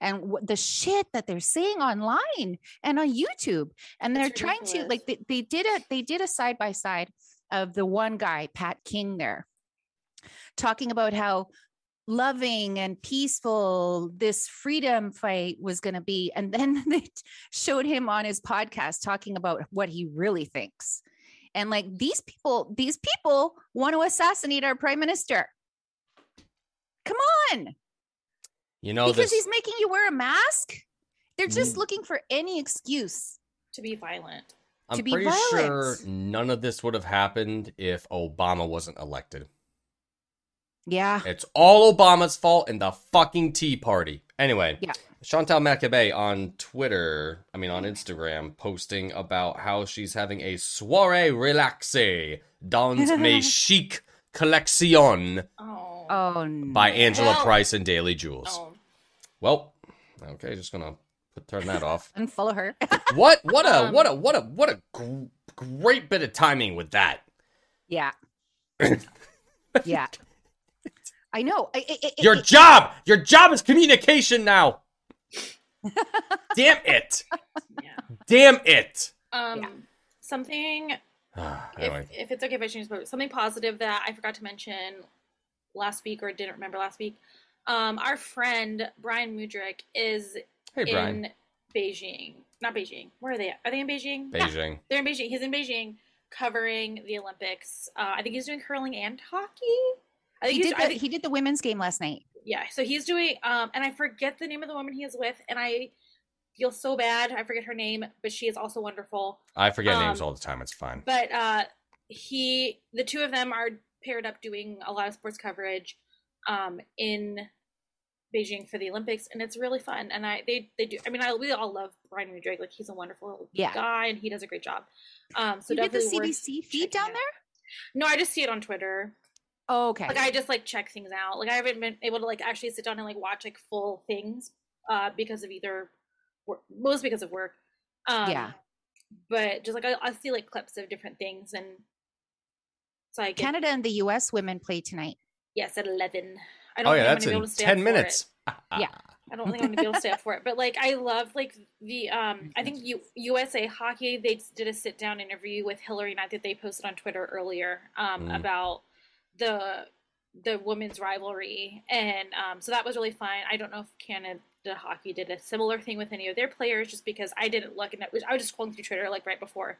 [SPEAKER 3] and wh- the shit that they're saying online and on YouTube and they're
[SPEAKER 2] It's
[SPEAKER 3] trying to like they, they did a they did a side by side of the one guy Pat King there talking about how loving and peaceful this freedom fight was going to be and then they t- showed him on his podcast talking about what he really thinks and like these people these people want to assassinate our prime minister come on
[SPEAKER 1] You know
[SPEAKER 3] because
[SPEAKER 1] Oh, this.
[SPEAKER 3] he's making you wear a mask they're just
[SPEAKER 1] Mm.
[SPEAKER 3] looking for any excuse
[SPEAKER 2] to be violent.
[SPEAKER 1] I'm
[SPEAKER 3] to be
[SPEAKER 1] pretty sure
[SPEAKER 3] violent.
[SPEAKER 1] none of this would have happened if Obama wasn't elected.
[SPEAKER 3] yeah
[SPEAKER 1] It's all Obama's fault and the fucking Tea Party. Anyway,
[SPEAKER 3] Yeah.
[SPEAKER 1] Chantal Maccabee on Twitter, I mean on Instagram, posting about how she's having a soiree relaxée dans mes chic collection
[SPEAKER 2] Oh.
[SPEAKER 3] oh no.
[SPEAKER 1] by Angela
[SPEAKER 2] Well-
[SPEAKER 1] Price and Daily Jewels.
[SPEAKER 2] Oh.
[SPEAKER 1] Well, okay, just gonna put, turn that off.
[SPEAKER 3] unfollow her
[SPEAKER 1] What? What a
[SPEAKER 2] Um,
[SPEAKER 1] what a what a what a gr- great bit of timing with that.
[SPEAKER 3] yeah yeah i know I, I- I- I-
[SPEAKER 1] Your job, your job is communication now. Damn it!
[SPEAKER 2] Yeah.
[SPEAKER 1] Damn it!
[SPEAKER 2] Um. Something
[SPEAKER 1] Ah, anyway,
[SPEAKER 2] if, if it's okay if I change, but something positive that I forgot to mention last week or didn't remember last week. Um, our friend Brian Mudrick is
[SPEAKER 1] hey Brian,
[SPEAKER 2] in Beijing. Not Beijing. Where are they? At? Are they in Beijing? Yeah,
[SPEAKER 1] Beijing.
[SPEAKER 2] they're in Beijing. He's in Beijing covering the Olympics. Uh, I think he's doing curling and hockey. I think
[SPEAKER 3] he
[SPEAKER 2] he's,
[SPEAKER 3] did
[SPEAKER 2] I
[SPEAKER 3] the,
[SPEAKER 2] think-
[SPEAKER 3] he did the women's game last night
[SPEAKER 2] yeah so he's doing um and i forget the name of the woman he is with and i feel so bad i forget her name but she is also wonderful
[SPEAKER 1] I forget names
[SPEAKER 2] Um,
[SPEAKER 1] all the time. It's fine.
[SPEAKER 2] but uh he the two of them are paired up doing a lot of sports coverage um in beijing for the olympics and it's really fun and i they they do i mean i we all love brian Drake. like he's a wonderful
[SPEAKER 3] Yeah.
[SPEAKER 2] guy and he does a great job um so
[SPEAKER 3] you get the
[SPEAKER 2] definitely worth-
[SPEAKER 3] cbc
[SPEAKER 2] checking
[SPEAKER 3] feed down
[SPEAKER 2] out.
[SPEAKER 3] there
[SPEAKER 2] no i just see it on twitter
[SPEAKER 3] oh, okay
[SPEAKER 2] like I just like check things out. Like I haven't been able to like actually sit down and like watch like full things uh because of either work, most because of work. Um
[SPEAKER 3] Yeah.
[SPEAKER 2] But just like I I see like clips of different things and so I get
[SPEAKER 3] Canada and the US women play tonight.
[SPEAKER 2] yes at 11. I
[SPEAKER 1] Oh yeah,
[SPEAKER 2] think I'm
[SPEAKER 1] that's
[SPEAKER 2] gonna be
[SPEAKER 1] in
[SPEAKER 2] able to stay up
[SPEAKER 1] ten
[SPEAKER 2] for it.
[SPEAKER 1] minutes.
[SPEAKER 3] Yeah.
[SPEAKER 2] I don't think I'm going to be able to stay up for it. But like I love like the um I think U- USA Hockey they s- did a sit down interview with Hillary Knight that they posted on Twitter earlier um
[SPEAKER 1] Mm.
[SPEAKER 2] about the the women's rivalry and um so that was really fun. I don't know if Canada Hockey did a similar thing with any of their players just because I didn't look and it was, I was just scrolling through Twitter like right before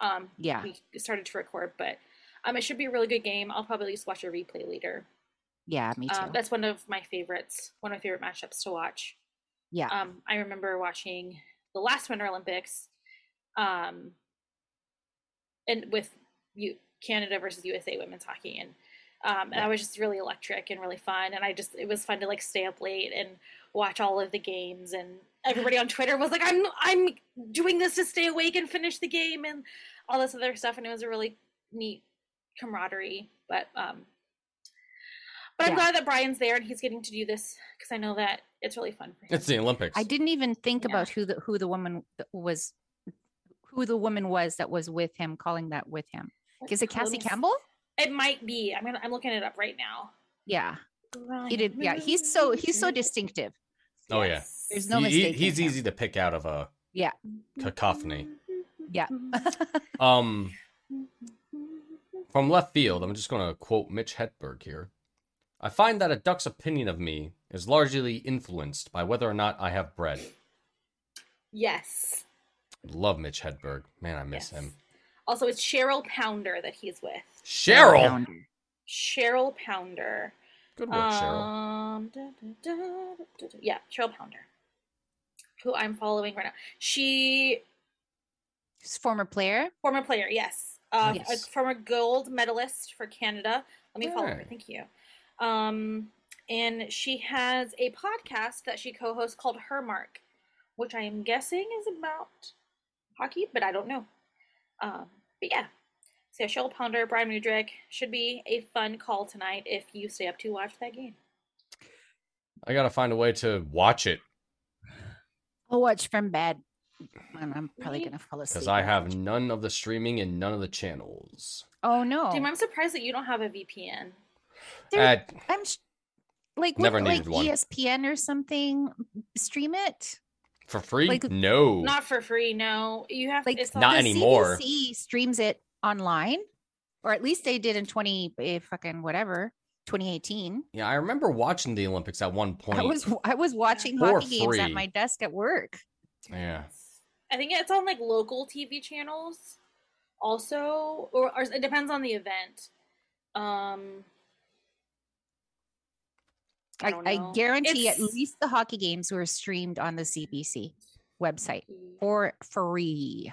[SPEAKER 2] um
[SPEAKER 3] Yeah.
[SPEAKER 2] we started to record but um it should be a really good game. I'll probably just watch a replay later.
[SPEAKER 3] Yeah, me too.
[SPEAKER 2] Um, that's one of my favorites, one of my favorite matchups to watch.
[SPEAKER 3] Yeah.
[SPEAKER 2] Um, I remember watching the last Winter Olympics, um, and with you Canada versus USA women's hockey, and um, and I was just really electric and really fun, and I just it was fun to like stay up late and watch all of the games, and everybody on Twitter was like, I'm I'm doing this to stay awake and finish the game, and all this other stuff, and it was a really neat camaraderie, but um. But I'm
[SPEAKER 3] Yeah.
[SPEAKER 2] glad that Brian's there and he's getting to do this because I know that it's really fun for him.
[SPEAKER 1] It's the Olympics.
[SPEAKER 3] I didn't even think
[SPEAKER 2] Yeah.
[SPEAKER 3] about who the who the woman th- was who the woman was that was with him calling that with him.
[SPEAKER 2] What-
[SPEAKER 3] Is it
[SPEAKER 2] oh, let me
[SPEAKER 3] Cassie
[SPEAKER 2] s-
[SPEAKER 3] Campbell?
[SPEAKER 2] It might be. I'm gonna, I'm looking it up right now.
[SPEAKER 3] Yeah.
[SPEAKER 2] Brian.
[SPEAKER 3] He did yeah, he's so he's so distinctive.
[SPEAKER 1] Oh yeah.
[SPEAKER 3] There's no
[SPEAKER 1] He- he-
[SPEAKER 3] mistake.
[SPEAKER 1] he's easy to pick out of a
[SPEAKER 3] Yeah.
[SPEAKER 1] cacophony.
[SPEAKER 3] Yeah.
[SPEAKER 1] Um, from left field, I'm just going to quote Mitch Hedberg here. I find that a duck's opinion of me is largely influenced by whether or not I have bread.
[SPEAKER 2] yes.
[SPEAKER 1] Love Mitch Hedberg. Man, I miss
[SPEAKER 2] Yes.
[SPEAKER 1] him.
[SPEAKER 2] Also, it's Cheryl Pounder that he's with.
[SPEAKER 1] Cheryl.
[SPEAKER 2] Cheryl Pounder.
[SPEAKER 1] Good work, Cheryl.
[SPEAKER 2] Um, da, da, da, da, da. Yeah, Cheryl Pounder, who I'm following right now. She
[SPEAKER 3] He's a former player.
[SPEAKER 2] former player, yes, um, a
[SPEAKER 1] Nice.
[SPEAKER 2] former gold medalist for Canada. Let me follow her.
[SPEAKER 1] Alright.
[SPEAKER 2] Thank you. Um, and she has a podcast that she co-hosts called Her Mark, which I am guessing is about hockey, but I don't know. Um, but yeah. So Cheryl Pounder, Brian Mudrick should be a fun call tonight if you stay up to watch that game.
[SPEAKER 1] I got to find a way to watch it
[SPEAKER 3] I'll watch from bed. And I'm probably
[SPEAKER 2] Me?
[SPEAKER 3] gonna fall asleep.
[SPEAKER 1] because I
[SPEAKER 3] and
[SPEAKER 1] have
[SPEAKER 3] watch.
[SPEAKER 1] none of the streaming and none of the channels.
[SPEAKER 3] Oh no.
[SPEAKER 2] Damn, I'm surprised that you don't have a VPN.
[SPEAKER 3] There-
[SPEAKER 1] Uh,
[SPEAKER 3] I'm sh- like
[SPEAKER 1] Never
[SPEAKER 3] wouldn't,
[SPEAKER 1] needed one.
[SPEAKER 3] like E ESPN or something stream it.
[SPEAKER 1] for free?
[SPEAKER 3] Like-
[SPEAKER 1] no.
[SPEAKER 2] Not for free, no. You have
[SPEAKER 3] Like
[SPEAKER 2] it's
[SPEAKER 1] Not
[SPEAKER 3] the
[SPEAKER 1] anymore.
[SPEAKER 3] CBC streams it online, or at least they did in 20 eh, fucking whatever 2018.
[SPEAKER 1] yeah, I remember watching the Olympics at one point.
[SPEAKER 3] I was I was watching
[SPEAKER 1] For
[SPEAKER 3] hockey games at
[SPEAKER 1] free.
[SPEAKER 3] my desk at work.
[SPEAKER 1] yeah.
[SPEAKER 2] I think it's on like local TV channels, also, or, or it depends on the event. Um, I
[SPEAKER 3] I,
[SPEAKER 2] don't
[SPEAKER 3] I,
[SPEAKER 2] know.
[SPEAKER 3] guarantee at
[SPEAKER 2] It's-
[SPEAKER 3] least the hockey games were streamed on the CBC website for free.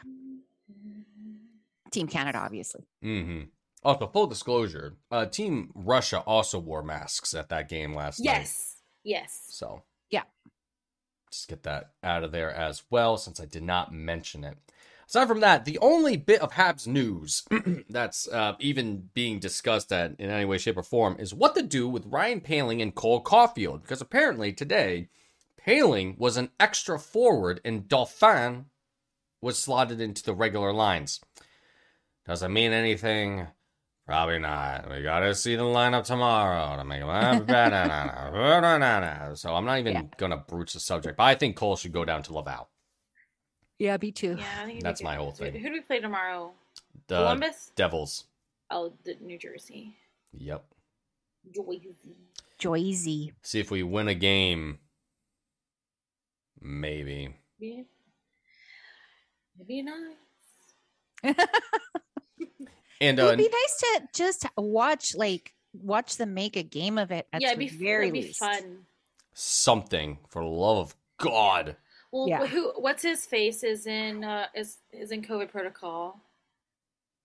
[SPEAKER 3] Team Canada, obviously.
[SPEAKER 1] Mm-hmm. Also, full disclosure, uh, Team Russia also wore masks at that game last night.
[SPEAKER 2] yes, yes.
[SPEAKER 1] So
[SPEAKER 3] Yeah.
[SPEAKER 1] just get that out of there as well, since I did not mention it. Aside from that, the only bit of Habs news that's uh, even being discussed at, in any way, shape, or form is what to do with Ryan Paling and Cole Caulfield, because apparently today Paling was an extra forward and Dauphin was slotted into the regular lines. Doesn't mean anything. Probably not. We gotta see the lineup tomorrow to make it. so I'm not even
[SPEAKER 3] Yeah.
[SPEAKER 1] gonna broach the subject, but I think Cole should go down to Laval.
[SPEAKER 3] Yeah, me
[SPEAKER 2] Yeah, I
[SPEAKER 3] too.
[SPEAKER 2] think it'd be
[SPEAKER 1] That's
[SPEAKER 2] good.
[SPEAKER 1] my whole
[SPEAKER 2] So
[SPEAKER 1] thing.
[SPEAKER 2] Who do we play tomorrow?
[SPEAKER 1] The
[SPEAKER 2] Columbus.
[SPEAKER 1] Devils.
[SPEAKER 2] Oh, the New Jersey.
[SPEAKER 1] Yep.
[SPEAKER 2] Jersey.
[SPEAKER 3] Joyzy.
[SPEAKER 1] See if we win a game. Maybe.
[SPEAKER 2] Yeah. Maybe not.
[SPEAKER 1] And uh,
[SPEAKER 3] It'd be nice to just watch, like, watch them make a game of it at
[SPEAKER 2] yeah, it'd
[SPEAKER 3] the
[SPEAKER 2] be,
[SPEAKER 3] very
[SPEAKER 2] it'd be
[SPEAKER 3] least.
[SPEAKER 2] fun.
[SPEAKER 1] something for the love of God.
[SPEAKER 2] Well,
[SPEAKER 3] Yeah.
[SPEAKER 2] who? What's his face is in uh, is is in COVID protocol.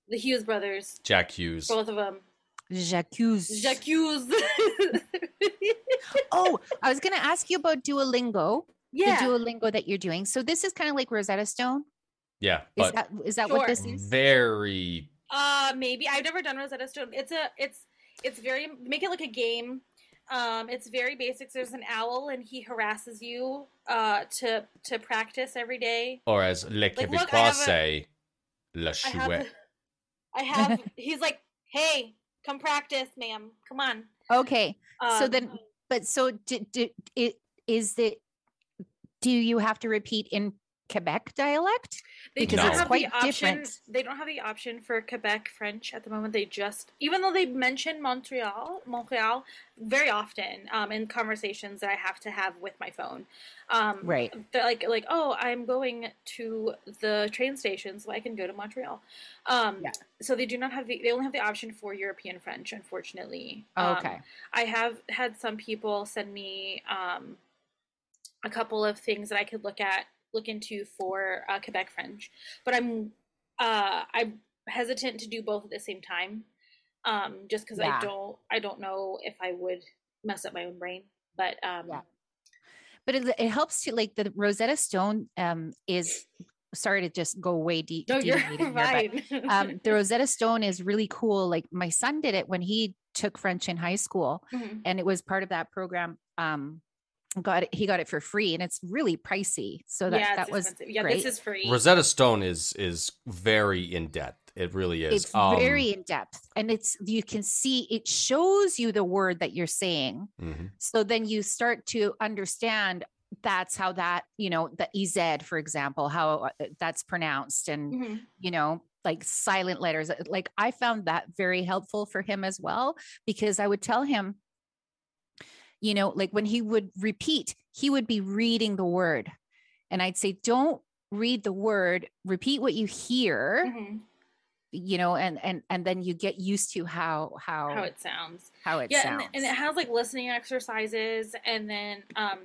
[SPEAKER 2] The Hughes brothers,
[SPEAKER 1] Jack Hughes.
[SPEAKER 2] both of them.
[SPEAKER 3] J'accuse.
[SPEAKER 2] Jacques Hughes.
[SPEAKER 3] Oh, I was going to ask you about Duolingo,
[SPEAKER 2] yeah,
[SPEAKER 3] the Duolingo that you're doing. So this is kind of like Rosetta Stone.
[SPEAKER 1] Yeah,
[SPEAKER 3] Is
[SPEAKER 1] but
[SPEAKER 3] that is that what
[SPEAKER 2] Sure.
[SPEAKER 3] this is?
[SPEAKER 1] very
[SPEAKER 2] uh, maybe I've never done Rosetta Stone. It's a, it's, it's very make it like a game. Um, it's very basics. There's an owl and he harasses you uh to to practice every day.
[SPEAKER 1] or as Le
[SPEAKER 2] look, I
[SPEAKER 1] Québécois
[SPEAKER 2] have a-
[SPEAKER 1] say, La
[SPEAKER 2] I have,
[SPEAKER 1] Chouette.
[SPEAKER 2] I have. He's like, hey, come practice, ma'am. Come on.
[SPEAKER 3] Okay. So
[SPEAKER 2] Um,
[SPEAKER 3] then- But so d- d- it is the do you have to repeat in Quebec dialect?
[SPEAKER 2] They
[SPEAKER 1] Because
[SPEAKER 2] don't
[SPEAKER 1] it's
[SPEAKER 2] have
[SPEAKER 3] quite
[SPEAKER 2] the option.
[SPEAKER 3] different.
[SPEAKER 2] They don't have the option for Quebec French at the moment. They just, even though they mention Montreal, Montreal very often um, in conversations that I have to have with my phone. Um,
[SPEAKER 3] Right.
[SPEAKER 2] They're like, like, oh, I'm going to the train station, so I can go to Montreal. Um,
[SPEAKER 3] Yeah.
[SPEAKER 2] So they do not have the. They only have the option for European French, unfortunately. Um,
[SPEAKER 3] Oh, Okay.
[SPEAKER 2] I have had some people send me um, a couple of things that I could look at, look into for uh, Quebec French, but I'm uh, I'm hesitant to do both at the same time, um, just because
[SPEAKER 3] Yeah.
[SPEAKER 2] I don't I don't know if I would mess up my own brain. But um,
[SPEAKER 3] Yeah. but it, it helps to like the Rosetta Stone um is sorry to just go way deep.
[SPEAKER 2] no, you're fine.
[SPEAKER 3] um, the Rosetta Stone is really cool. Like my son did it when he took French in high school,
[SPEAKER 2] Mhm.
[SPEAKER 3] and it was part of that program. Um, got it, he got it for free, and it's really pricey. So that
[SPEAKER 2] yeah,
[SPEAKER 3] that
[SPEAKER 2] it's
[SPEAKER 3] was
[SPEAKER 2] expensive. yeah,
[SPEAKER 3] great.
[SPEAKER 2] this is free.
[SPEAKER 1] Rosetta Stone is is very in depth. It really is. um,
[SPEAKER 3] it's very in depth, and it's you can see it shows you the word that you're saying.
[SPEAKER 1] mhm.
[SPEAKER 3] So then you start to understand that's how that you know the ez for example how uh, that's pronounced and
[SPEAKER 2] Mhm.
[SPEAKER 3] you know like silent letters uh, like i found that very helpful for him as well because i would tell him you know like when he would repeat he would be reading the word and i'd say don't read the word repeat what you hear
[SPEAKER 2] Mhm.
[SPEAKER 3] you know and and and then you get used to how how
[SPEAKER 2] How it sounds.
[SPEAKER 3] how it
[SPEAKER 2] yeah,
[SPEAKER 3] sounds
[SPEAKER 2] and, and it has like listening exercises, and then um,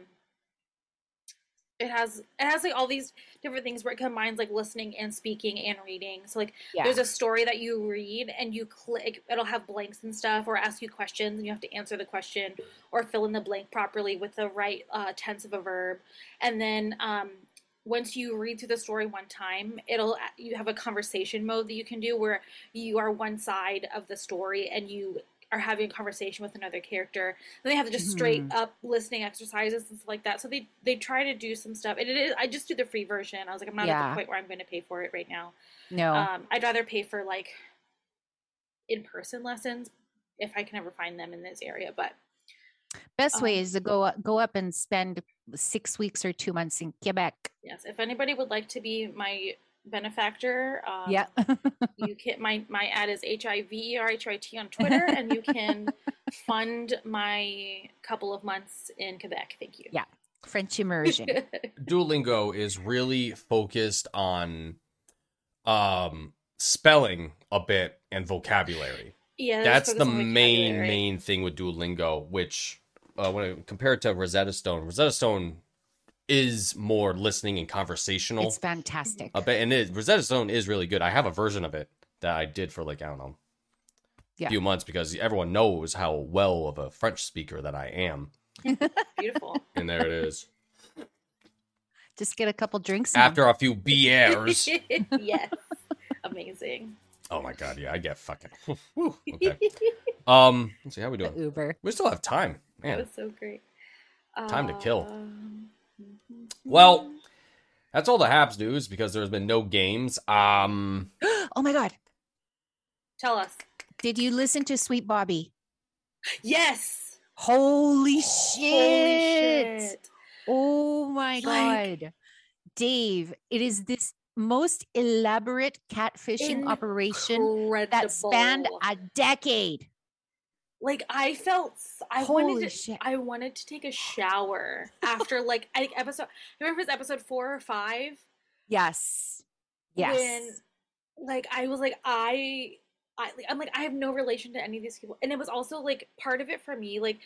[SPEAKER 2] it has it has like all these different things where it combines like listening and speaking and reading. So like
[SPEAKER 3] yeah.
[SPEAKER 2] there's a story that you read and you click it'll have blanks and stuff or ask you questions and you have to answer the question or fill in the blank properly with the right uh, tense of a verb and then um, once you read through the story one time it'll you have a conversation mode that you can do where you are one side of the story and you are having a conversation with another character and they have just straight
[SPEAKER 3] Mhm.
[SPEAKER 2] up listening exercises and stuff like that so they they try to do some stuff and it is i just do the free version i was like i'm not at
[SPEAKER 3] Yeah.
[SPEAKER 2] the point where i'm going to pay for it right now
[SPEAKER 3] no
[SPEAKER 2] um, I'd rather pay for like in person lessons if I can ever find them in this area. But
[SPEAKER 3] best way
[SPEAKER 2] um,
[SPEAKER 3] is to go up- go up and spend six weeks or two months in quebec
[SPEAKER 2] yes, if anybody would like to be my benefactor, um,
[SPEAKER 3] yeah
[SPEAKER 2] you can. My my ad is H I V E R H I T on Twitter, and you can fund my couple of months in Quebec. Thank you.
[SPEAKER 3] Yeah, french immersion
[SPEAKER 1] Duolingo is really focused on um spelling a bit and vocabulary.
[SPEAKER 2] yeah,
[SPEAKER 1] That's the main
[SPEAKER 2] main
[SPEAKER 1] main thing with Duolingo, which uh, when it, compared to Rosetta Stone, Rosetta Stone is more listening and conversational.
[SPEAKER 3] it's fantastic
[SPEAKER 1] a bit, and it, Rosetta Stone is really good. I have a version of it that I did for like I don't know,
[SPEAKER 3] Yeah.
[SPEAKER 1] few months because everyone knows how well of a French speaker that I am,
[SPEAKER 2] Beautiful.
[SPEAKER 1] and there it is.
[SPEAKER 3] just get a couple drinks in.
[SPEAKER 1] After a few beers,
[SPEAKER 2] yes. Amazing.
[SPEAKER 1] oh my god, yeah, I get fucking. Whew, okay. Um, let's see how we
[SPEAKER 3] the
[SPEAKER 1] doing.
[SPEAKER 3] uber
[SPEAKER 1] We still have time,
[SPEAKER 2] That
[SPEAKER 1] man.
[SPEAKER 2] was so great.
[SPEAKER 1] Time to kill.
[SPEAKER 2] Um,
[SPEAKER 1] Well, that's all the Habs news because there's been no games. Um,
[SPEAKER 3] oh my god
[SPEAKER 2] tell us.
[SPEAKER 3] did you listen to sweet bobby
[SPEAKER 2] Yes.
[SPEAKER 3] holy
[SPEAKER 2] Holy
[SPEAKER 3] shit.
[SPEAKER 2] shit.
[SPEAKER 3] Oh my
[SPEAKER 2] Like-
[SPEAKER 3] god. Dave, it is this most elaborate catfishing operation that spanned
[SPEAKER 2] Incredible.
[SPEAKER 3] a decade.
[SPEAKER 2] like I felt s- I
[SPEAKER 3] Holy
[SPEAKER 2] wanted to,
[SPEAKER 3] shit.
[SPEAKER 2] I wanted to take a shower after like I think episode I remember it was episode 4 or 5
[SPEAKER 3] Yes. Yes.
[SPEAKER 2] when like I was like I I, like, I'm like I have no relation to any of these people, and it was also like part of it for me. Like,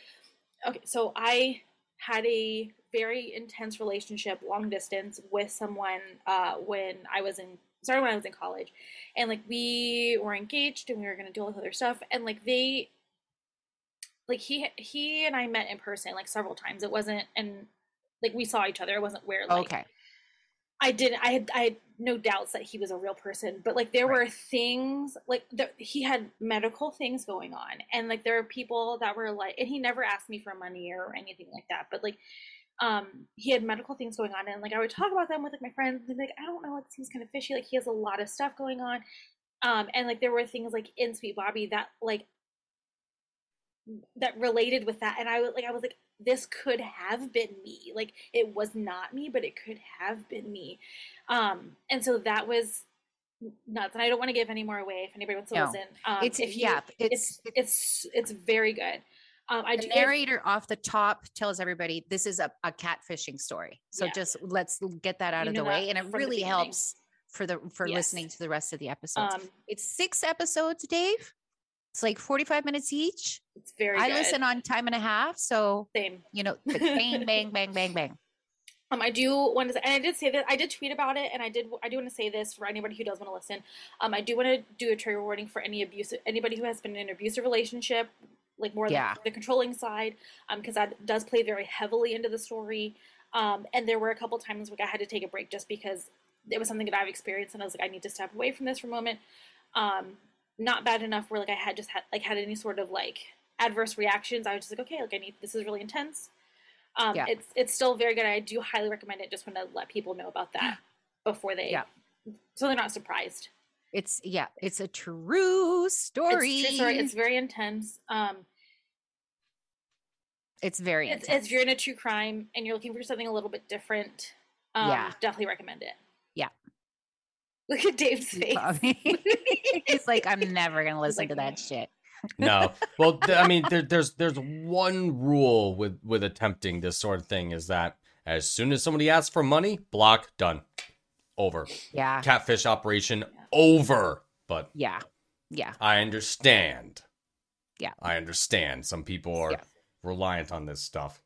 [SPEAKER 2] okay, so I had a very intense relationship, long distance, with someone uh, when I was in sorry when I was in college, and like we were engaged and we were gonna do all this other stuff, and like they, like he he and I met in person like several times. It wasn't and like we saw each other. It wasn't where like
[SPEAKER 3] okay.
[SPEAKER 2] I didn't. I had. I had no doubts that he was a real person, but like there were things like there, he had medical things going on, and like there are people that were like, and he never asked me for money or anything like that. But like, um, he had medical things going on, and like I would talk about them with like my friends, and they'd be like I don't know, it seems kind of fishy. Like he has a lot of stuff going on, um, and like there were things like in Sweet Bobby that like that related with that, and I was like, I was like, this could have been me. Like it was not me, but it could have been me. Um, and so that was nuts. And I don't want to give any more away if anybody wants to
[SPEAKER 3] No.
[SPEAKER 2] listen. Um,
[SPEAKER 3] it's
[SPEAKER 2] if you,
[SPEAKER 3] yeah,
[SPEAKER 2] it's
[SPEAKER 3] it's,
[SPEAKER 2] it's it's very good. Um, I
[SPEAKER 3] the
[SPEAKER 2] do give-
[SPEAKER 3] narrator off the top tells everybody this is a, a catfishing story. So
[SPEAKER 2] Yeah.
[SPEAKER 3] just let's get that out
[SPEAKER 2] You
[SPEAKER 3] of
[SPEAKER 2] know
[SPEAKER 3] the way.
[SPEAKER 2] that
[SPEAKER 3] And
[SPEAKER 2] from
[SPEAKER 3] it
[SPEAKER 2] the
[SPEAKER 3] really
[SPEAKER 2] beginning.
[SPEAKER 3] helps for the for
[SPEAKER 2] Yes.
[SPEAKER 3] listening to the rest of the episodes.
[SPEAKER 2] um,
[SPEAKER 3] it's six episodes, Dave. It's like 45 minutes each.
[SPEAKER 2] it's very.
[SPEAKER 3] I
[SPEAKER 2] good.
[SPEAKER 3] listen on time and a half, so
[SPEAKER 2] Same.
[SPEAKER 3] you know, the bang, bang, bang, bang, bang.
[SPEAKER 2] Um, I do want to, and I did say that I did tweet about it, and I did, I do want to say this for anybody who does want to listen. Um, I do want to do a trigger warning for any abusive, anybody who has been in an abusive relationship, like more
[SPEAKER 3] Yeah.
[SPEAKER 2] the, the controlling side, um, because that does play very heavily into the story. Um, and there were a couple times like I had to take a break just because it was something that I've experienced, and I was like, I need to step away from this for a moment. Um, not bad enough where like I had just had like had any sort of like adverse reactions. I was just like, okay, like I need this is really intense. Um,
[SPEAKER 3] Yeah.
[SPEAKER 2] it's it's still very good. I do highly recommend it. Just want to let people know about that before they,
[SPEAKER 3] Yeah.
[SPEAKER 2] so they're not surprised.
[SPEAKER 3] It's yeah, it's a true story.
[SPEAKER 2] It's, true story. it's very intense. Um,
[SPEAKER 3] It's very
[SPEAKER 2] It's,
[SPEAKER 3] intense.
[SPEAKER 2] if you're in a true crime and you're looking for something a little bit different, um,
[SPEAKER 3] Yeah.
[SPEAKER 2] definitely recommend it.
[SPEAKER 3] Yeah.
[SPEAKER 2] Look at Dave's face.
[SPEAKER 3] He's like, I'm never gonna listen
[SPEAKER 2] like,
[SPEAKER 3] to that shit.
[SPEAKER 1] No. Well, th- I mean, there, there's there's one rule with with attempting this sort of thing is that as soon as somebody asks for money, block done, over.
[SPEAKER 3] Yeah,
[SPEAKER 1] Catfish operation over. But
[SPEAKER 3] yeah, yeah.
[SPEAKER 1] I understand.
[SPEAKER 3] Yeah.
[SPEAKER 1] I understand. Some people are
[SPEAKER 3] Yeah.
[SPEAKER 1] reliant on this stuff.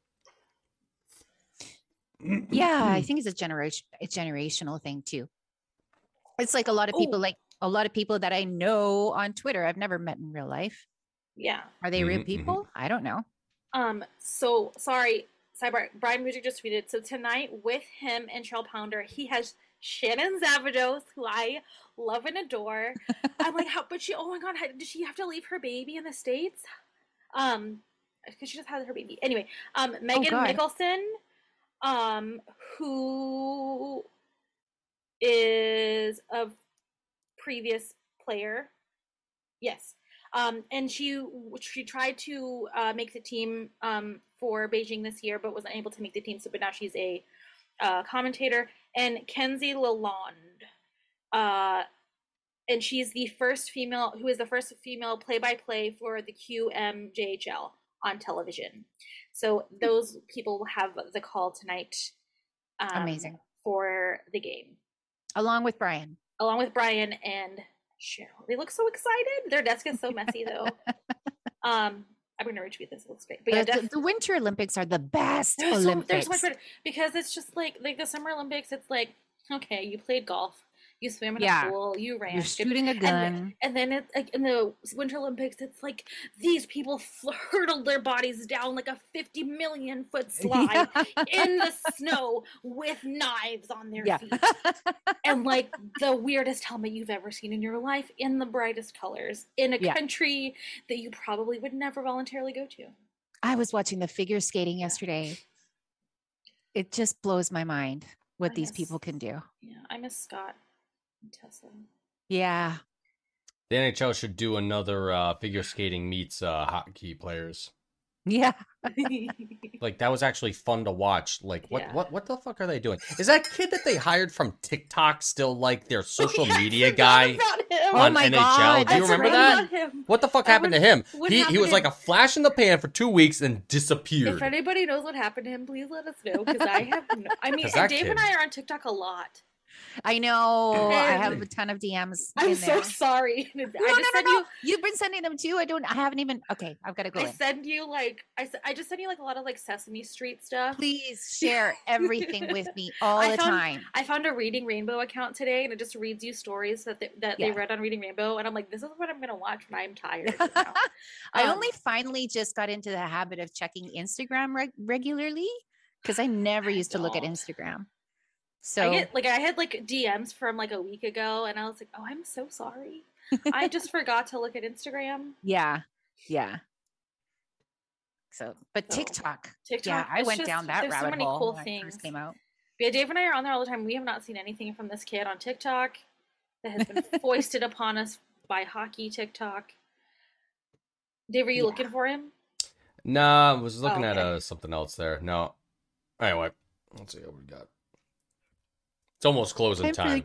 [SPEAKER 3] yeah i think it's a generation a generational thing too it's like a lot of people
[SPEAKER 2] Oh.
[SPEAKER 3] like a lot of people that i know on twitter i've never met in real life
[SPEAKER 2] yeah.
[SPEAKER 3] are they real
[SPEAKER 1] Mhm, mhm.
[SPEAKER 3] people i don't know
[SPEAKER 2] Um. So sorry, sidebar. Brian Music just tweeted. So tonight with him and Charles Pounder, he has Shannon Zavados, who I love and adore. I'm like, how? But she. Oh my God, how, did she have to leave her baby in the states? Um, because she just had her baby. Anyway, um, Megan
[SPEAKER 3] God.
[SPEAKER 2] Mickelson, um, who is a previous player. Yes. Um, and she w- she tried to uh, make the team um, for Beijing this year, but wasn't able to make the team. So, but now she's a uh, commentator. And Kenzie Lalonde, uh, and she's the first female who is the first female play-by-play for the QMJHL on television. So those people will have the call tonight. um,
[SPEAKER 3] Amazing.
[SPEAKER 2] for the game,
[SPEAKER 3] along with brian
[SPEAKER 2] along with Brian and Cheryl. They look so excited. Their desk is so messy though. um, I'm gonna retweet this. It looks great. But yeah,
[SPEAKER 3] the, the-
[SPEAKER 2] def-
[SPEAKER 3] the winter olympics are the best
[SPEAKER 2] they're so,
[SPEAKER 3] olympics
[SPEAKER 2] they're so much better because it's just like like the Summer Olympics. It's like okay, you played golf, you swam in
[SPEAKER 3] Yeah.
[SPEAKER 2] a pool, you ran,
[SPEAKER 3] you're
[SPEAKER 2] good-
[SPEAKER 3] shooting a gun
[SPEAKER 2] and then it's like in the Winter Olympics, it's like these people fl- hurtled their bodies down like a 50 million foot slide in the snow with knives on their
[SPEAKER 3] Yeah.
[SPEAKER 2] feet and like the weirdest helmet you've ever seen in your life in the brightest colors in a
[SPEAKER 3] Yeah.
[SPEAKER 2] country that you probably would never voluntarily go to.
[SPEAKER 3] i was watching the figure skating yesterday it just blows my mind what
[SPEAKER 2] I
[SPEAKER 3] these
[SPEAKER 2] miss-
[SPEAKER 3] people can do
[SPEAKER 2] Yeah, I miss Scott and Tesla.
[SPEAKER 3] yeah
[SPEAKER 1] The NHL should do another uh, figure skating meets uh, hockey players.
[SPEAKER 3] yeah
[SPEAKER 1] Like that was actually fun to watch. Like what
[SPEAKER 2] Yeah.
[SPEAKER 1] what what the fuck are they doing? Is that kid that they hired from TikTok still like their social
[SPEAKER 2] I Oh
[SPEAKER 1] media
[SPEAKER 2] forgot
[SPEAKER 1] guy
[SPEAKER 2] about him.
[SPEAKER 1] on
[SPEAKER 3] my
[SPEAKER 1] NHL?
[SPEAKER 3] God,
[SPEAKER 1] Do you
[SPEAKER 2] I
[SPEAKER 1] remember
[SPEAKER 2] forgot
[SPEAKER 1] that?
[SPEAKER 2] about him.
[SPEAKER 1] What the fuck
[SPEAKER 2] I
[SPEAKER 1] happened
[SPEAKER 2] would-
[SPEAKER 1] to him?
[SPEAKER 2] what
[SPEAKER 1] He he
[SPEAKER 2] happened
[SPEAKER 1] was
[SPEAKER 2] to
[SPEAKER 1] like
[SPEAKER 2] him?
[SPEAKER 1] a flash in the pan for two weeks and
[SPEAKER 2] If
[SPEAKER 1] disappeared.
[SPEAKER 2] anybody knows what happened to him, please let us know because I have. No, I mean,
[SPEAKER 1] 'Cause that
[SPEAKER 2] and Dave and
[SPEAKER 1] kid-
[SPEAKER 2] I are on TikTok a lot.
[SPEAKER 3] i know i have a
[SPEAKER 1] And-
[SPEAKER 3] ton of dms
[SPEAKER 2] I'm
[SPEAKER 3] in
[SPEAKER 2] so
[SPEAKER 3] there.
[SPEAKER 2] sorry. in advance.
[SPEAKER 3] No,
[SPEAKER 2] I
[SPEAKER 3] no,
[SPEAKER 2] just
[SPEAKER 3] no,
[SPEAKER 2] sent
[SPEAKER 3] no.
[SPEAKER 2] you.
[SPEAKER 3] You... have been sending them too. I don't. I haven't even. Okay, I've got to go
[SPEAKER 2] I
[SPEAKER 3] in.
[SPEAKER 2] send you like I, s- I just send you like a lot of like Sesame Street stuff.
[SPEAKER 3] Please share everything with me all
[SPEAKER 2] I
[SPEAKER 3] the
[SPEAKER 2] found-
[SPEAKER 3] time.
[SPEAKER 2] I found a Reading Rainbow account today, and it just reads you stories that they, that
[SPEAKER 3] Yeah.
[SPEAKER 2] they read on Reading Rainbow, and I'm like, this is what I'm gonna watch when I'm tired. you know?
[SPEAKER 3] I
[SPEAKER 2] Um,
[SPEAKER 3] only finally just got into the habit of checking Instagram reg- regularly because I never
[SPEAKER 2] I
[SPEAKER 3] used to look at
[SPEAKER 2] don't.
[SPEAKER 3] Instagram.
[SPEAKER 2] I
[SPEAKER 3] So
[SPEAKER 2] get like I had like DMs from like a week ago, and I was like, oh, I'm so sorry. I just forgot to look at Instagram,
[SPEAKER 3] yeah, yeah. So, but
[SPEAKER 2] So,
[SPEAKER 3] TikTok.
[SPEAKER 2] TikTok.
[SPEAKER 3] yeah, I
[SPEAKER 2] it's
[SPEAKER 3] went
[SPEAKER 2] just-
[SPEAKER 3] down that
[SPEAKER 2] there's
[SPEAKER 3] rabbit
[SPEAKER 2] so many
[SPEAKER 3] hole
[SPEAKER 2] cool
[SPEAKER 3] when
[SPEAKER 2] things.
[SPEAKER 3] I first came out.
[SPEAKER 2] Yeah, Dave and I are on there all the time. We have not seen anything from this kid on TikTok that has been foisted upon us by hockey TikTok. Dave, are you
[SPEAKER 3] Yeah.
[SPEAKER 2] looking for him?
[SPEAKER 1] Nah, I was looking at
[SPEAKER 2] Oh, okay.
[SPEAKER 1] uh, something else there. No. Anyway, let's see what we got. It's almost closing
[SPEAKER 3] Time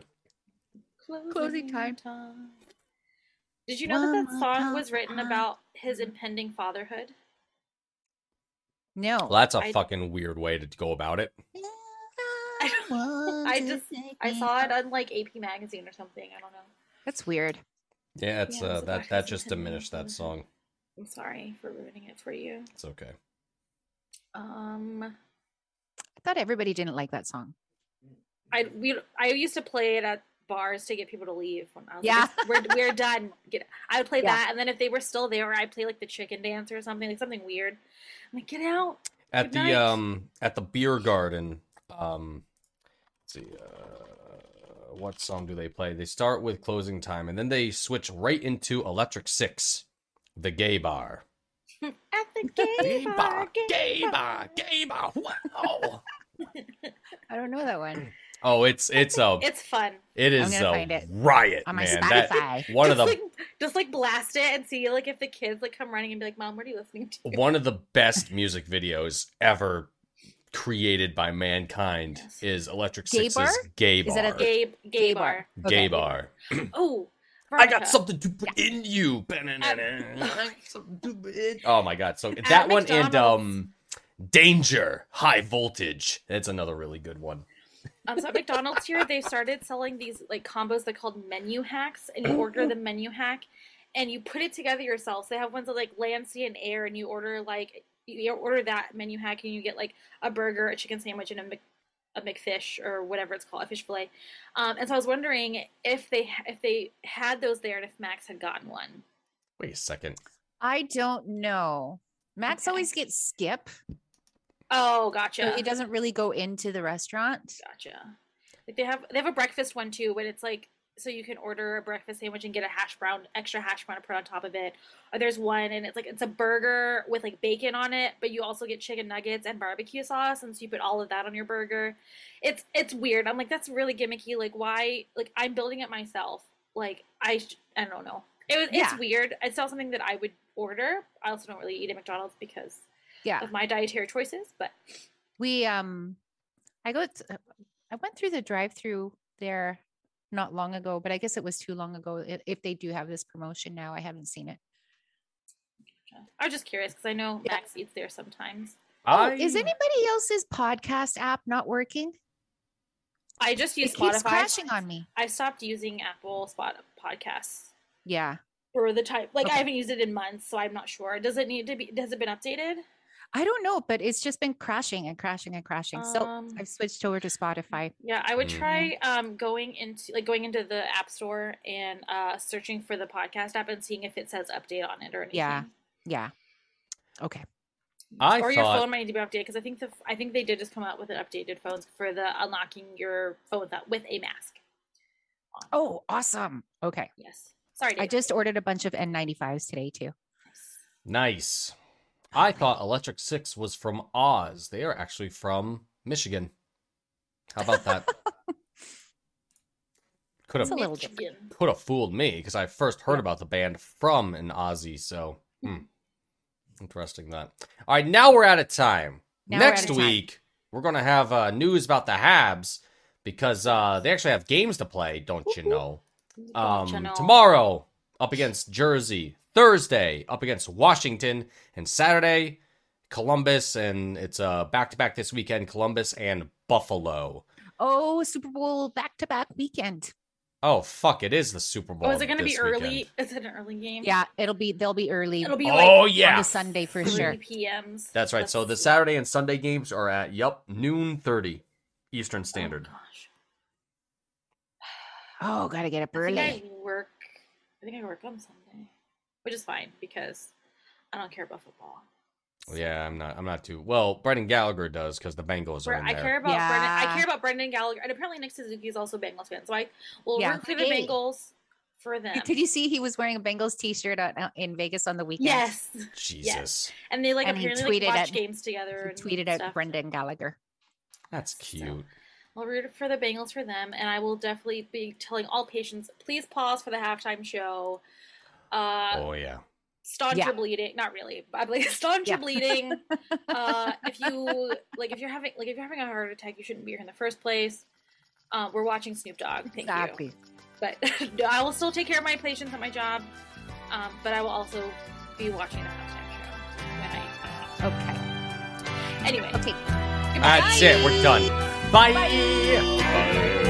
[SPEAKER 3] for the-
[SPEAKER 1] time.
[SPEAKER 2] Closing,
[SPEAKER 3] time.
[SPEAKER 2] Did you know
[SPEAKER 3] One
[SPEAKER 2] that that
[SPEAKER 3] more
[SPEAKER 2] song was
[SPEAKER 3] time.
[SPEAKER 2] written about his impending fatherhood?
[SPEAKER 3] No,
[SPEAKER 1] Well, that's a
[SPEAKER 2] I-
[SPEAKER 1] fucking weird way to go about it.
[SPEAKER 2] I don't- I just- I saw it on like AP magazine or something. I don't know.
[SPEAKER 3] That's weird.
[SPEAKER 1] Yeah, it's
[SPEAKER 2] Yeah,
[SPEAKER 1] uh,
[SPEAKER 2] it's
[SPEAKER 1] that
[SPEAKER 2] a black
[SPEAKER 1] that
[SPEAKER 2] person
[SPEAKER 1] just
[SPEAKER 2] sitting in
[SPEAKER 1] diminished that
[SPEAKER 2] front of
[SPEAKER 1] song.
[SPEAKER 2] I'm sorry for ruining it for you.
[SPEAKER 1] It's okay.
[SPEAKER 2] Um,
[SPEAKER 3] I thought everybody didn't like that song.
[SPEAKER 2] I we I used to play it at bars to get people to leave when I was
[SPEAKER 3] Yeah.
[SPEAKER 2] like, "It's- we're, we're done. Get I would play
[SPEAKER 3] Yeah.
[SPEAKER 2] that and then if they were still there I'd play like the chicken dance or something, like something weird. I'm like, get out.
[SPEAKER 1] At
[SPEAKER 2] Good
[SPEAKER 1] the
[SPEAKER 2] night.
[SPEAKER 1] um at the beer garden, um let's see uh what song do they play? They start with closing time and then they switch right into Electric 6, the gay bar.
[SPEAKER 2] At the gay bar, gay bar.
[SPEAKER 1] gay bar. Wow.
[SPEAKER 3] I don't know that one.
[SPEAKER 1] Oh, it's it's a
[SPEAKER 2] It's fun.
[SPEAKER 1] it is
[SPEAKER 3] gonna find
[SPEAKER 1] a
[SPEAKER 3] it
[SPEAKER 1] riot,
[SPEAKER 3] on my
[SPEAKER 1] man. That,
[SPEAKER 3] Spotify.
[SPEAKER 1] one of
[SPEAKER 2] just
[SPEAKER 1] the
[SPEAKER 2] like, just like blast it and see like if the kids like come running and be like, "Mom, what are you listening to?"
[SPEAKER 1] one of the best music videos ever created by mankind
[SPEAKER 2] Yes.
[SPEAKER 1] is Electric
[SPEAKER 3] Gay
[SPEAKER 1] Six's
[SPEAKER 3] Bar?
[SPEAKER 1] Gay
[SPEAKER 3] Is that a
[SPEAKER 1] Bar.
[SPEAKER 2] Gay gay
[SPEAKER 3] Gay bar.
[SPEAKER 2] bar.
[SPEAKER 1] Gay
[SPEAKER 3] Okay.
[SPEAKER 1] Bar.
[SPEAKER 2] Oh,
[SPEAKER 1] I got
[SPEAKER 2] Veronica.
[SPEAKER 1] something to put in you. oh my god! So that
[SPEAKER 2] At
[SPEAKER 1] one and
[SPEAKER 2] McDonald's.
[SPEAKER 1] um, Danger High Voltage. That's another really good one.
[SPEAKER 2] Um, so at McDonald's here, they started selling these like combos that are called menu hacks, and you order the menu hack, and you put it together yourself. So they have ones that like land, sea, and air, and you order like you order that menu hack, and you get like a burger, a chicken sandwich, and a Mc, a McFish or whatever it's called, a fish fillet. Um, and so I was wondering if they if they had those there, and if Max had gotten one.
[SPEAKER 1] Wait a second.
[SPEAKER 3] I don't know. Max
[SPEAKER 2] Okay.
[SPEAKER 3] always gets skip,
[SPEAKER 2] Oh,
[SPEAKER 3] so
[SPEAKER 2] gotcha,
[SPEAKER 3] he doesn't really go into the restaurant.
[SPEAKER 2] gotcha. Like they have they have a breakfast one too, but it's like so you can order a breakfast sandwich and get a hash brown, extra hash brown to put on top of it. Or there's one and it's like it's a burger with like bacon on it, but you also get chicken nuggets and barbecue sauce, and so you put all of that on your burger. It's it's weird. I'm like that's really gimmicky. Like why? Like I'm building it myself. Like I sh- I don't know. It was
[SPEAKER 3] Yeah.
[SPEAKER 2] it's weird. It's not something that I would order. I also don't really eat at McDonald's because
[SPEAKER 3] Yeah,
[SPEAKER 2] of my dietary choices, but
[SPEAKER 3] we um, I go. t- I went through the drive-through there not long ago, but I guess it was too long ago. i- If they do have this promotion now, I haven't seen it.
[SPEAKER 2] I was just curious because I know
[SPEAKER 3] Yeah.
[SPEAKER 2] Max eats there sometimes.
[SPEAKER 3] Oh, is
[SPEAKER 1] I-
[SPEAKER 3] anybody else's podcast app not working?
[SPEAKER 2] I just use
[SPEAKER 3] It keeps
[SPEAKER 2] Spotify.
[SPEAKER 3] crashing on me.
[SPEAKER 2] I stopped using Apple Spot podcasts
[SPEAKER 3] Yeah,
[SPEAKER 2] for the type. Like
[SPEAKER 3] Okay.
[SPEAKER 2] I haven't used it in months, so I'm not sure. Does it need to be? Has it been updated?
[SPEAKER 3] I don't know, but it's just been crashing and crashing and crashing. So
[SPEAKER 2] Um,
[SPEAKER 3] I've switched over to Spotify.
[SPEAKER 2] yeah, I would
[SPEAKER 1] Mhm.
[SPEAKER 2] try um, going into like going into the App Store and uh, searching for the podcast app and seeing if it says update on it or anything.
[SPEAKER 3] Yeah, Yeah. Okay.
[SPEAKER 1] I
[SPEAKER 2] or your
[SPEAKER 1] thought-
[SPEAKER 2] phone might need to be updated because I think the I think they did just come out with an updated phones for the unlocking your phone without, with a mask. on.
[SPEAKER 3] Oh, awesome. Okay.
[SPEAKER 2] yes. Sorry,
[SPEAKER 3] I
[SPEAKER 2] Dave.
[SPEAKER 3] just ordered a bunch of N95s today too.
[SPEAKER 1] Nice. I thought Electric Six was from Oz. They are actually from Michigan. How about that? could
[SPEAKER 3] It's a
[SPEAKER 1] have
[SPEAKER 3] little
[SPEAKER 2] Michigan.
[SPEAKER 3] different.
[SPEAKER 1] could have fooled me because I first heard about the band from an Ozzy. So hmm. interesting that. All right, now we're out of time.
[SPEAKER 3] Now we're out
[SPEAKER 1] Next
[SPEAKER 3] of time.
[SPEAKER 1] week we're gonna have uh, news about the Habs because uh, they actually have games to play. Don't you know?
[SPEAKER 2] Don't you
[SPEAKER 1] Um,
[SPEAKER 2] know?
[SPEAKER 1] tomorrow up against Jersey, Thursday up against Washington, and Saturday Columbus, and it's uh back to back this weekend Columbus and Buffalo.
[SPEAKER 3] Oh, Super Bowl back to back weekend.
[SPEAKER 1] Oh fuck! It is the Super Bowl.
[SPEAKER 2] Oh, is it going to be
[SPEAKER 1] this
[SPEAKER 2] early?
[SPEAKER 1] weekend.
[SPEAKER 2] Is it an early game?
[SPEAKER 3] Yeah, it'll be they'll be early
[SPEAKER 2] It'll be
[SPEAKER 1] Oh
[SPEAKER 2] like
[SPEAKER 3] on
[SPEAKER 1] yeah,
[SPEAKER 3] the Sunday for
[SPEAKER 2] 3
[SPEAKER 3] sure.
[SPEAKER 2] PMs.
[SPEAKER 1] that's right. So the
[SPEAKER 2] Let's-
[SPEAKER 1] Saturday and Sunday games are at yup noon thirty Eastern Standard.
[SPEAKER 2] Oh, gosh.
[SPEAKER 3] Oh, gotta get up
[SPEAKER 2] I
[SPEAKER 3] early.
[SPEAKER 2] think I work. I think I work on Sunday, which is fine because I don't care about football.
[SPEAKER 1] yeah, I'm not. I'm not too well. Brendan Gallagher does because the Bengals are
[SPEAKER 2] Where
[SPEAKER 1] in
[SPEAKER 2] I
[SPEAKER 1] there.
[SPEAKER 2] care about Brendan. I
[SPEAKER 3] Yeah.
[SPEAKER 2] care about Brendan Gallagher, and apparently Nick Suzuki is also a Bengals fan, so I will
[SPEAKER 3] Yeah.
[SPEAKER 2] root for the
[SPEAKER 3] Hey.
[SPEAKER 2] Bengals for them.
[SPEAKER 3] Did you see he was wearing a Bengals t-shirt on, uh, in Vegas on the weekend?
[SPEAKER 2] Yes,
[SPEAKER 1] Jesus,
[SPEAKER 2] and they like
[SPEAKER 3] And he
[SPEAKER 2] apparently
[SPEAKER 3] tweeted
[SPEAKER 2] like, watch
[SPEAKER 3] at-
[SPEAKER 2] games together.
[SPEAKER 3] He
[SPEAKER 2] and
[SPEAKER 3] tweeted at
[SPEAKER 2] stuff.
[SPEAKER 3] Brendan Gallagher.
[SPEAKER 1] that's cute.
[SPEAKER 2] I'll root for the Bengals for them, and I will definitely be telling all patients please pause for the halftime show. Uh,
[SPEAKER 1] oh yeah.
[SPEAKER 2] staunch
[SPEAKER 3] Yeah.
[SPEAKER 2] your bleeding not really but like staunch your
[SPEAKER 3] Yeah.
[SPEAKER 2] bleeding uh if you like if you're having like if you're having a heart attack you shouldn't be here in the first place um we're watching snoop dogg thank you
[SPEAKER 3] Exactly.
[SPEAKER 2] but no, i will still take care of my patients at my job um but i will also be watching the halftime show when I-
[SPEAKER 3] Okay.
[SPEAKER 2] anyway
[SPEAKER 3] Okay.
[SPEAKER 1] That's it. We're done. Bye.
[SPEAKER 5] Bye.